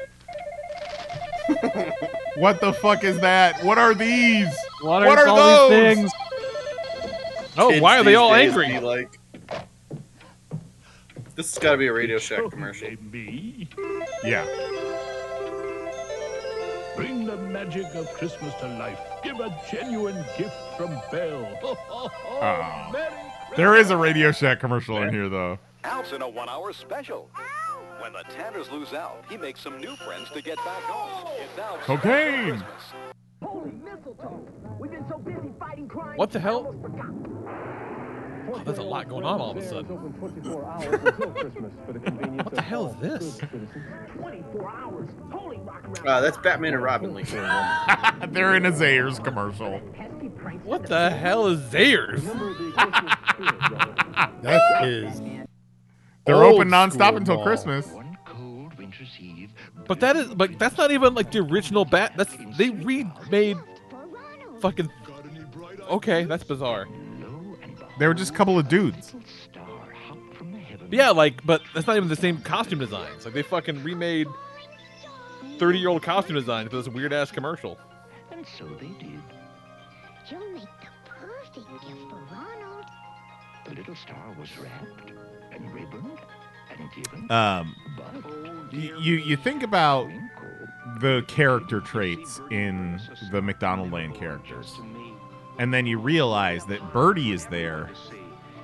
(laughs) What the fuck is that? What are these?
What are,
what are
all
those?
these things?
Oh,
Kids
why are they
these
all
days
angry?
be Like, this has got to be a Radio Shack commercial.
Yeah.
Bring the magic of Christmas to life. Give a genuine gift from Bell. (laughs)
Oh. There is a Radio Shack commercial in here, though.
Al's in a one-hour special. When the Tanners lose out, he makes some new friends to get back home. It's Al's
Cocaine.
Holy mistletoe! We've been so busy fighting crime.
What the hell?
Oh,
there's a lot going on all of a sudden. (laughs)
what
the hell is this?
24 hours. Holy rock around.
Uh, that's Batman and Robin.
(laughs)
Lee.
They're in a Zayers commercial.
What the hell is Zayers?
That is.
They're
Old
open nonstop
school
until
mall.
Christmas.
But that is but that's not even like the original bat. That's they remade fucking Okay, that's bizarre.
They were just a couple of dudes.
Yeah, like but that's not even the same costume designs. Like they fucking remade 30-year-old costume designs for this weird ass commercial. (laughs)
And so they did.
You'll make the perfect gift for Ronald.
The little star was wrapped and ribboned and given.
Um, y- you you think about the character traits in the McDonald Land characters, and then you realize that Birdie is there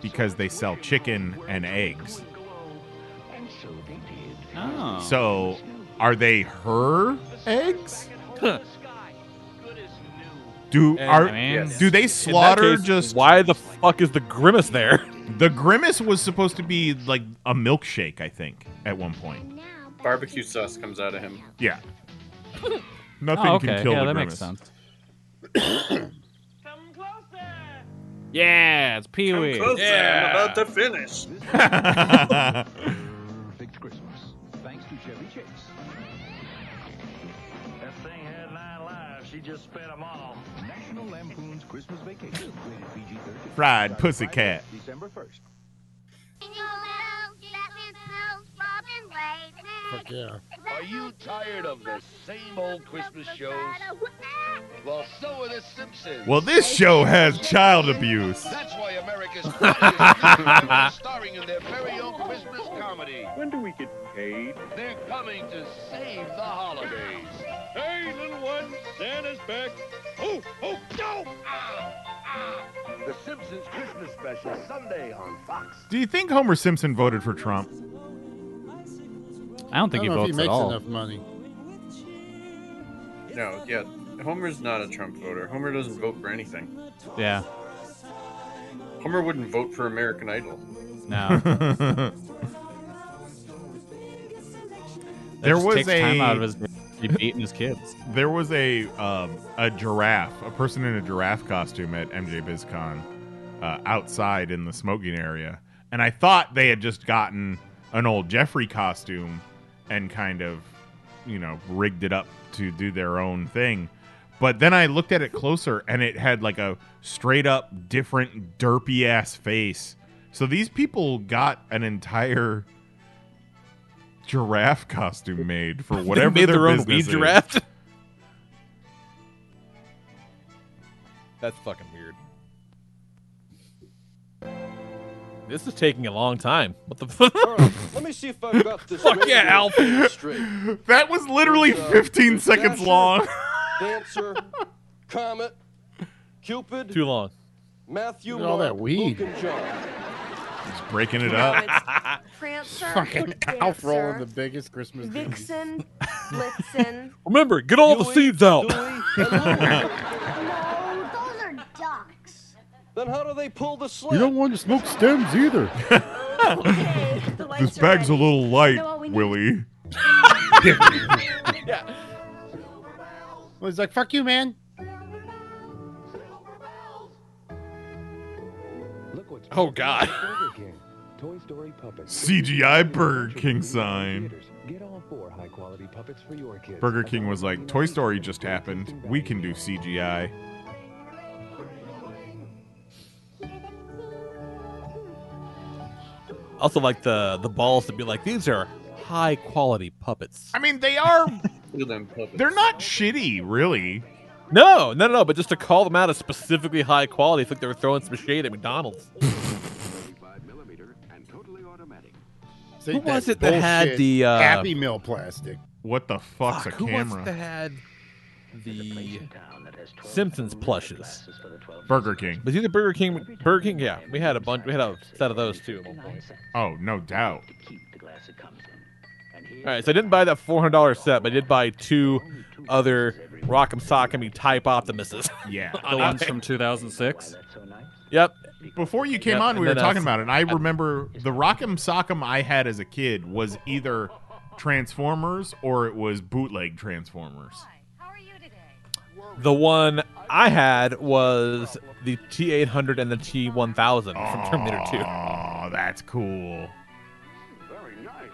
because they sell chicken and eggs.
And so they did.
Oh.
So, are they her eggs? Do
And-
are
I mean,
do they
in that
slaughter
case,
just?
Why the fuck is the grimace there? (laughs)
The grimace was supposed to be like a milkshake, I think, at one point.
Barbecue sauce comes out of him.
(laughs)
Yeah. Nothing
Oh,
can
okay.
kill
Yeah,
the
that
grimace.
makes sense. Yeah, it's Pee Wee.
I'm
Yeah.
about to finish.
Perfect Christmas. Thanks to Chevy Chase. That thing had nine lives. She just spent them all. National Lampoon's Christmas Vacation. Rated PG-13.
Fried pussycat.
December 1st.
Fuck yeah.
Are you tired of the same old Christmas shows? Well, so are the Simpsons.
(laughs) Well, this show has child abuse.
(laughs)
That's why
(laughs)
America's Funniest starring in their very own Christmas comedy.
When do we get paid?
They're coming to save the holidays. Hey, little one, Santa's back. Oh, oh, no!
The Simpsons Christmas special Sunday on Fox.
Do you think Homer Simpson voted for Trump?
I don't think
I don't know
he
if
votes
he
at
makes
all.
enough money.
No, yeah. Homer's not a Trump voter. Homer doesn't vote for anything.
Yeah.
Homer wouldn't vote for American Idol.
No.
There
just
was
takes
a
time out of his He beating his kids.
There was a um, a giraffe, a person in a giraffe costume at MJ BizCon uh, outside in the smoking area, and I thought they had just gotten an old Jeffrey costume and kind of, you know, rigged it up to do their own thing. But then I looked at it closer, and it had like a straight up different derpy ass face. So these people got an entire giraffe costume made for
They
whatever
made their own
business
weed
is.
(laughs)
giraffe? That's fucking weird. This is taking a long time. What the fuck?
(laughs)
Let me see if I've got this.
Fuck yeah,
radio
Alf.
thing straight.
(laughs) That was literally
There's, uh,
15
there's
seconds
Dasher,
long.
Dancer, Comet, Cupid.
Too long.
Matthew.
Look at all
Mark,
that
Luke,
(laughs)
weed.
and John.
It's breaking
(laughs)
it up.
Prancer,
Fucking Alf
Dancer,
rolling the biggest Christmas goodies.
Vixen, Blitzen.
Remember, get all the seeds out.
no, those are ducks.
Then how do they pull the sled?
You don't want to smoke stems either.
this bag's a little light, Willie.
Well, he's like, fuck you, man.
Oh God.
CGI Burger King sign. Burger King was like, Toy Story just happened. We can do CGI.
Also, like the the balls to be like these are high quality puppets.
I mean, they are.
They're
not shitty, really.
No, no, no. But just to call them out as specifically high quality, it's like they were throwing some shade at McDonald's.
Say
Who was it that had
bullshit
the, uh,
Happy Meal plastic?
What the fuck's
Fuck, who was it that had the Simpsons plushes?
Burger King.
Was either Burger King, Burger King. Yeah, we had a bunch. We had a set of those too at one point.
Oh, no doubt.
All right, so I didn't buy that four hundred dollars set, but I did buy two other Rock'em Sock'em type Optimuses. (laughs)
Yeah,
The ones from 2006.
Yep.
Before you came
Yep,
on,
and
we were
then, uh,
talking about it. And I remember the Rock'em Sock'em I had as a kid was either Transformers or it was bootleg Transformers.
The one I had was the T eight hundred and the T one thousand from Terminator Two.
Oh, that's cool.
Very nice.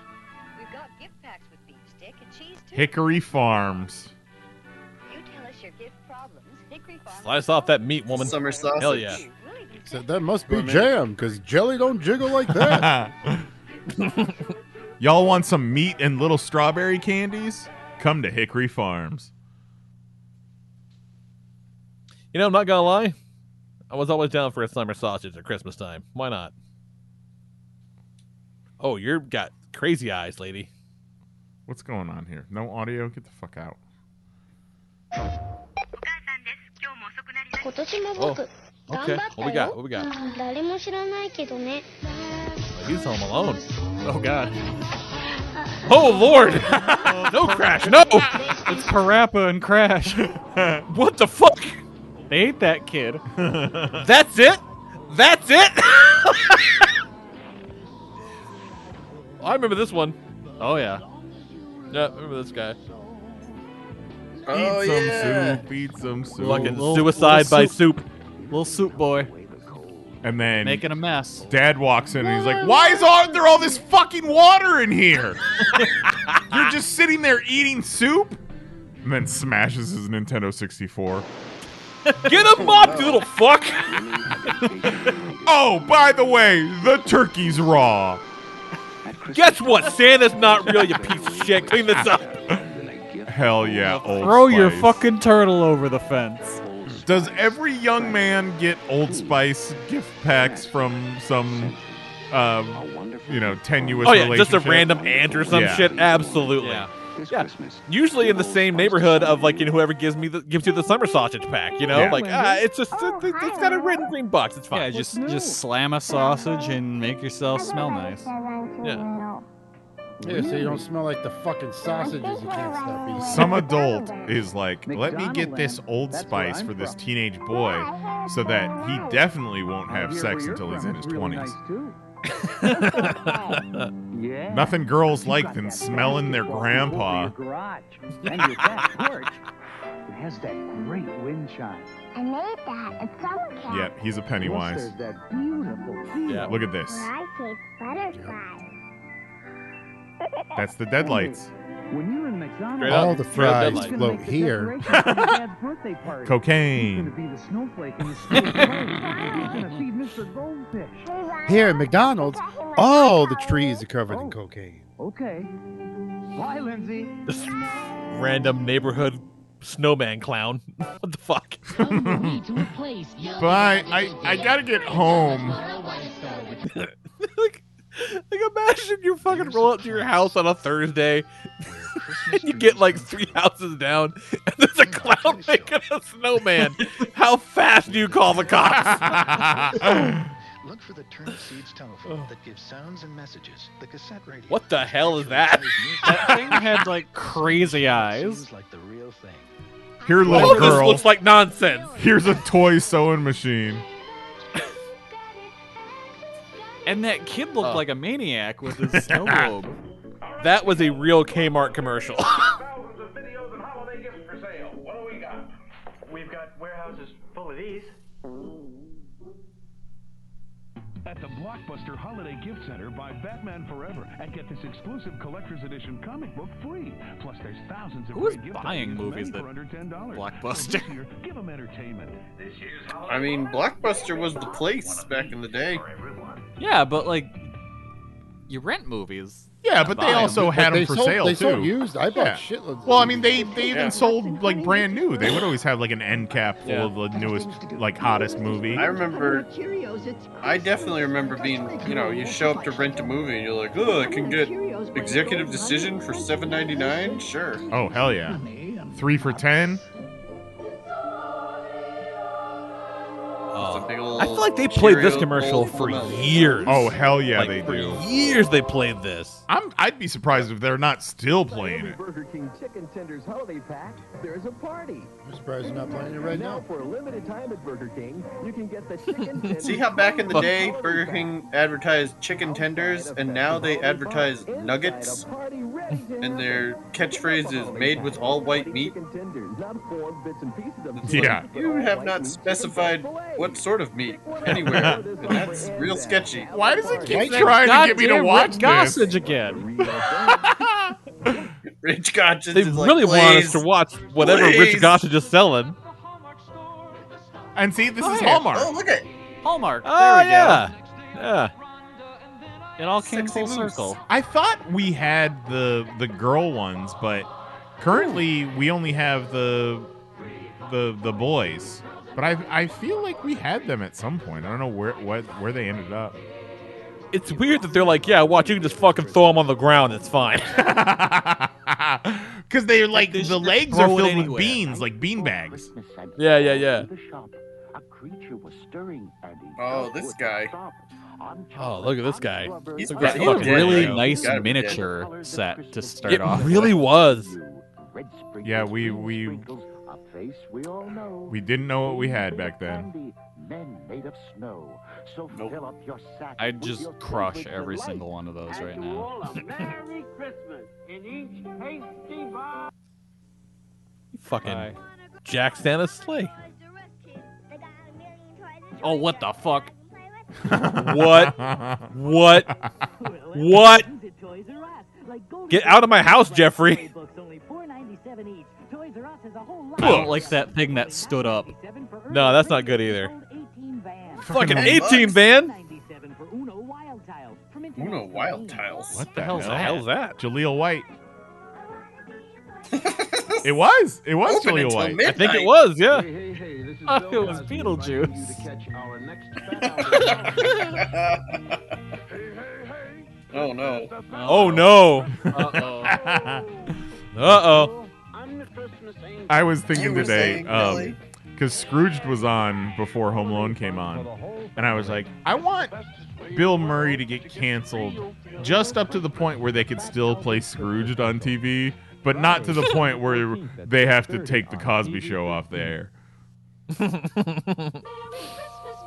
We've got gift packs with beef stick and cheese too.
Hickory Farms.
You tell us your gift problems. Hickory Farm.
Slice off that meat, woman.
Summer
Hell yeah.
Said that must be jam, because jelly don't jiggle like that.
(laughs) Y'all want some meat and little strawberry candies? Come to Hickory Farms.
You know, I'm not gonna lie. I was always down for a summer sausage at Christmas time. Why not? Oh, you're got crazy eyes, lady.
What's going on here? No audio? Get the fuck out.
今年も
僕 Oh,
頑張
okay.
ったよ
What we got? What we got?
Ah, 誰も知らないけどね
He's home alone. Oh god. Oh lord! (laughs) no crash, no!
It's Parappa
(laughs)
and Crash.
what the fuck?
They ate that kid.
(laughs) That's it? That's it? (laughs) I remember this one.
Oh yeah.
Yeah, I remember this guy.
Oh,
eat some
yeah.
soup, eat some soup.
Fucking suicide by soup.
Little soup boy.
And then
Making a mess.
Dad walks in and he's like, Why is all, there all this fucking water in
(laughs)
here? You're just sitting there eating soup? And then smashes his Nintendo 64.
Get him up, you little fuck! (laughs)
oh, by the way, the turkey's raw.
Guess what? Santa's not real, you piece of shit. Clean this up.
Hell yeah, old
Throw your
Spice.
fucking turtle over the fence.
Does every young man get Old Spice gift packs from some, um, you know, tenuous?
Oh yeah, just a
relationship?
random aunt or some
Yeah.
shit. Absolutely. Yeah. Usually in the same neighborhood of like you know whoever gives me the, gives you the summer sausage pack. You know,
Yeah.
like ah, it's just it, it's
Oh,
got a red and green box. It's
Yeah,
fine.
just just slam a sausage and make yourself smell nice.
Yeah.
(laughs) Yeah, so you don't smell like the fucking sausages you can't stop eating.
Some adult is like, let me get this Old Spice for this
(laughs)
teenage boy, so that he definitely won't have sex until he's in his twenties.
Yeah.
Nothing girls
You
like
got
than
that
smelling their
fancy walk over
grandpa.
your garage. And your back
(laughs)
porch. It has that great wind chime.
I made that at summer camp.
Yep, he's a Pennywise.
Plus, there's that beautiful field.
Yeah. Look at this.
Where I chase butterflies.
That's the
(laughs)
deadlights.
When you're in McDonald's,
All the
it's gonna
fries
make the
float here.
decorations for your dad's birthday party. He's
Cocaine.
gonna be the snowflake in the snow. He's gonna feed Mr. Goldfish.
Here at McDonald's, all the trees are covered in cocaine.
Okay. Bye, Lindsay.
This random neighborhood snowman clown. (laughs) What the fuck?
But I, I, I gotta get home. (laughs)
(laughs) like, like, imagine you fucking roll up to your house on a Thursday, (laughs) and you get like three houses down, and there's
(laughs)
a clown making a snowman. How fast do you call
(laughs)
the cops?
Look for the turn seeds telephone that gives sounds and messages. The cassette radio.
what the hell is that? (laughs)
That
thing had like crazy eyes.
Seems like the real thing.
Here, little
All of this
girl.
looks like nonsense.
Here's a toy sewing machine.
And that kid looked
Oh.
like a maniac with
(laughs)
his snow globe.
That was a real Kmart commercial.
We've got warehouses full of these. At the Blockbuster Holiday Gift Center, buy Batman Forever and get this exclusive collector's edition comic book free. Plus, there's thousands of
Who is
great gift
buying
ideas, many
movies that
for under ten dollars.
Blockbuster?
This year, give 'em entertainment. This year's
I mean, Blockbuster was the place back in the day.
(laughs) Yeah, but like, you rent movies.
Yeah, but
Buy
they also
them.
had them for sale too. Yeah. Well, I mean, they they
Yeah.
even sold like brand new. They would always have like an end cap full
Yeah.
of the newest, like hottest movie.
I remember. I definitely remember being, you know, you show up to rent a movie and you're like, oh, I can get executive decision for seven ninety nine. Sure.
Oh hell yeah! Three for ten.
I feel like they played this commercial for years.
Oh hell yeah,
Like,
they
for
do.
Years they played this.
I'm I'd be surprised if they're not still playing it.
Burger King Chicken Tenders Holiday Pack, there's a party.
I'm surprised you're not playing it right now.
for a limited time at Burger King, you can get the
(laughs)
chicken tenders.
See how back in the day Burger King advertised chicken tenders and now they advertise nuggets? And their catchphrase is made with all white meat? It's like,
Yeah.
You have not specified what sort of meat anywhere.
(laughs)
and that's real sketchy. Why does it
keep trying to get me to watch this?
again.
Rich Gotchins
They
is like,
really want
"Please,
us to watch whatever
please."
Rich Gossage is selling.
And see, this
Oh,
is
yeah.
Hallmark.
Oh, look
at
Hallmark.
Oh,
there we
yeah.
go.
Yeah.
It all came full circle.
I thought we had the the girl ones, but currently we only have the the the boys. But I I feel like we had them at some point. I don't know where what where they ended up.
It's weird that they're like, yeah, watch, you can just fucking throw them on the ground. It's fine. (laughs)
(laughs) Because they're like the legs are
throw it
filled with
anywhere.
beans, like bean bags.
Yeah, yeah, yeah.
Oh, this guy.
Oh, look at this guy.
He's
Look
That
at this
looked
fucking
really
weirdo.
nice miniature set to start
It
off.
really was.
Yeah, we we we didn't know what we had back then.
I just crush every single one of those right now.
Merry Christmas in each hasty bar.
Fucking Jack Santa's sleigh.
Oh, what the fuck?
What? what? What? Get out of my house, Jeffrey.
I don't like that thing that stood up.
No, that's not good either. Fucking
Ten
18
bucks.
van?
Uno Wild Tiles.
What
the hell's
hell?
that? hell's that?
Jaleel White. it was. It was
Open
Jaleel
until
White.
midnight. I think it was, yeah.
Hey, hey, hey, this is
Oh,
Bill
it was
Cosby
Beetlejuice.
inviting you to catch our next fat out of-
(laughs) Oh no.
Oh,
(laughs)
no.
Uh-oh.
Uh-oh.
I was
You
thinking
were
today
saying,
because
Billy?
Scrooged was on before Home Alone came on, and I was like, I want Bill Murray to get canceled just up to the point where they could still play Scrooged on TV, but not to the point where they have to take the Cosby Show off the air.
Merry Christmas,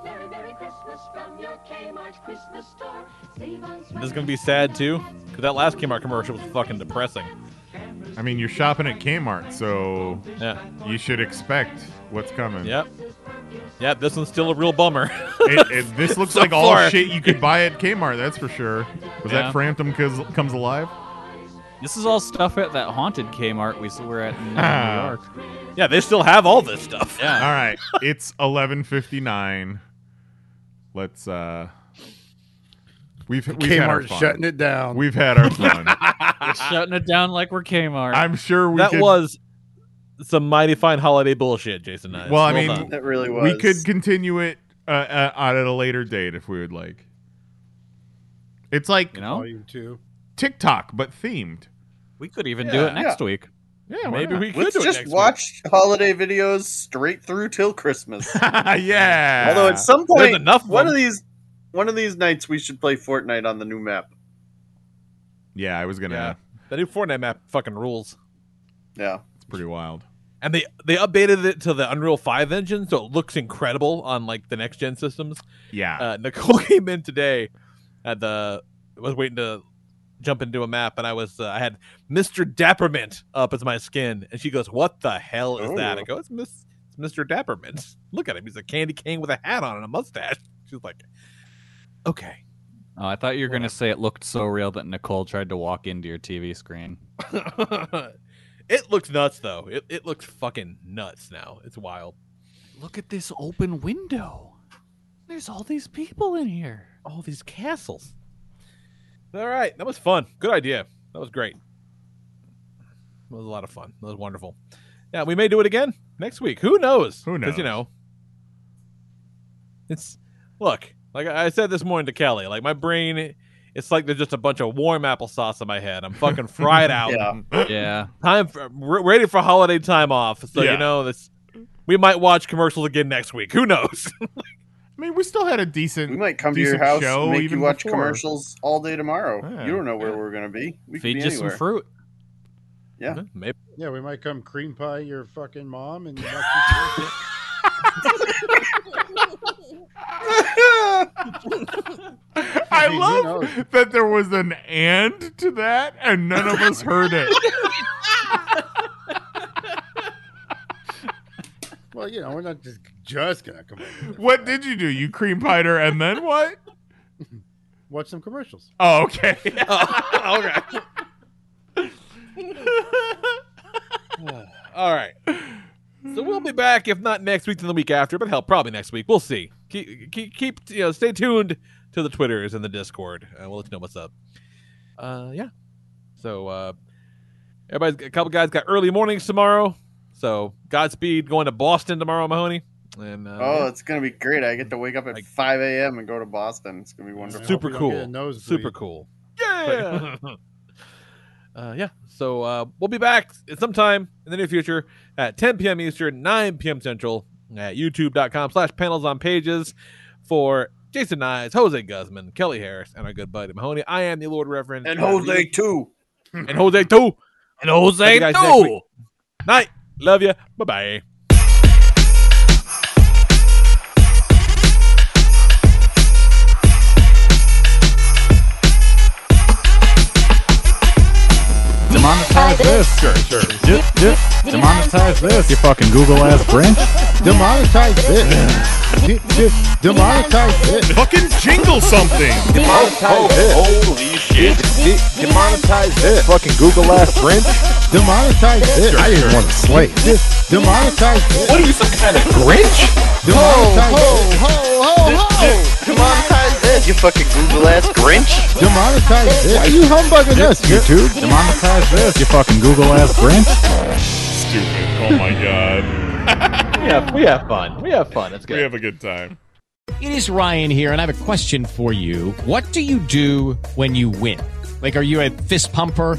Merry, Merry Christmas.
Christmas from your Kmart Christmas store. Save on
This is gonna be sad too, because that last Kmart commercial was fucking depressing.
I mean, you're shopping at Kmart, so
yeah.
you should expect what's coming.
Yep. Yep. This one's still a real bummer. (laughs)
It, it, this looks
So
like all
far.
shit you could buy at Kmart, that's for sure. Was
Yeah.
that Frampton Comes- Comes Alive?
This is all stuff at that haunted Kmart we s- were at in uh, New York.
(laughs) Yeah, they still have all this stuff.
Yeah.
All right. It's 11:59. Let's uh We've, we've had our
Kmart's
fun.
shutting it down.
We've had our fun.
We're shutting it down like we're Kmart.
I'm sure we
that
could-
was some mighty fine holiday bullshit, Jason. Nice.
well, I mean,
done.
we could continue it uh, uh, at a later date if we would like. It's like
Oh.
Volume two.
TikTok, but themed.
We could even
do it next
week.
Yeah,
why
maybe
not?
we could
Let's
do it
just
next week.
watch holiday videos straight through till Christmas.
(laughs) yeah.
Although at some
There's
point,
enough of
one of
them.
these, one of these nights, we should play Fortnite on the new map.
Yeah, I was gonna.
The new Fortnite map fucking rules.
Yeah,
it's pretty wild.
And they they updated it to the Unreal Five engine, so it looks incredible on like the next gen systems.
Yeah.
Uh, Nicole (laughs) came in today at the was waiting to jump into a map, and I was uh, I had Mister Dappermint up as my skin, and she goes, "What the hell is that?" I
Ooh.
go, "It's Miss it's Mister Dappermint. (laughs) Look at him. He's a candy cane with a hat on and a mustache." She's like, "Okay."
Oh, I thought you were gonna say it looked so real that Nicole tried to walk into your TV screen.
(laughs) it looks nuts though. It it looks fucking nuts now. It's wild.
Look at this open window. There's all these people in here.
All these castles. All right, that was fun. Good idea. That was great. That was a lot of fun. That was wonderful. Yeah, we may do it again next week. Who knows? Who You
knows?
know, it's look like I I said this morning to Kelly. Like my brain, it's like there's just a bunch of warm applesauce in my head. I'm fucking fried out.
Yeah. Yeah.
Time for re- ready for holiday time off. So
Yeah.
you know this. We might watch commercials again next week. Who knows?
I mean, we still had a decent.
We might come to your
decent
house
show
and make you
even
watch
before.
commercials all day tomorrow.
Yeah.
You don't know where we're gonna be. We could
Feed
be
you some
anywhere. (laughs)
fruit.
Yeah.
Maybe.
Yeah, we might come cream pie your fucking mom and.
(laughs) I
mean, who
love that there was an and to that, and none of us heard it.
well, you know, we're not just just gonna come. up with it.
What did you do? You cream pied her, and then what?
Watch some commercials.
Oh, okay.
(laughs) All right. So we'll be back, if not next week, then the week after. But hell, probably next week. We'll see. Keep, keep, keep you know, stay tuned to the Twitters and the Discord. Uh, we'll let you know what's up. Uh, yeah. So uh, everybody's a couple guys got early mornings tomorrow. So Godspeed going to Boston tomorrow, Mahoney. And uh,
Oh, it's gonna be great. I get to wake up at 5 a.m. and go to Boston. It's gonna be wonderful.
super cool. Super cool. Yeah. uh, yeah. So uh, we'll be back at some time in the near future at 10 p.m. Eastern, 9 p.m. Central at youtube.com slash panels on pages for Jason Nyes, Jose Guzman, Kelly Harris, and our good buddy Mahoney. I am the Lord Reverend.
And Jose too.
(laughs) And Jose too. And
Jose too.
Night. Love you. Bye bye.
Demonetize this. Sure, sure. Yep, yep. Demonetize this. You fucking Google ass branch.
Demonetize this. D- d- Demonetize this.
Fucking jingle something.
Demonetize this.
Holy shit. Demonetize this. Fucking Google ass Brent.
Demonetize this. I didn't want to slay. This. Demonetize this.
What are you, some kind of Grinch?
Demonetize this.
Demonetize this. You fucking Google ass Grinch.
Demonetize this. Why are you humbugging us, YouTube?
Demonetize this. You fucking Google ass branch.
Stupid. Oh my god.
yeah, (laughs) we have fun. We have fun. It's good.
We have a good time.
It is Ryan here, and I have a question for you. What do you do when you win? Like, are you a fist pumper?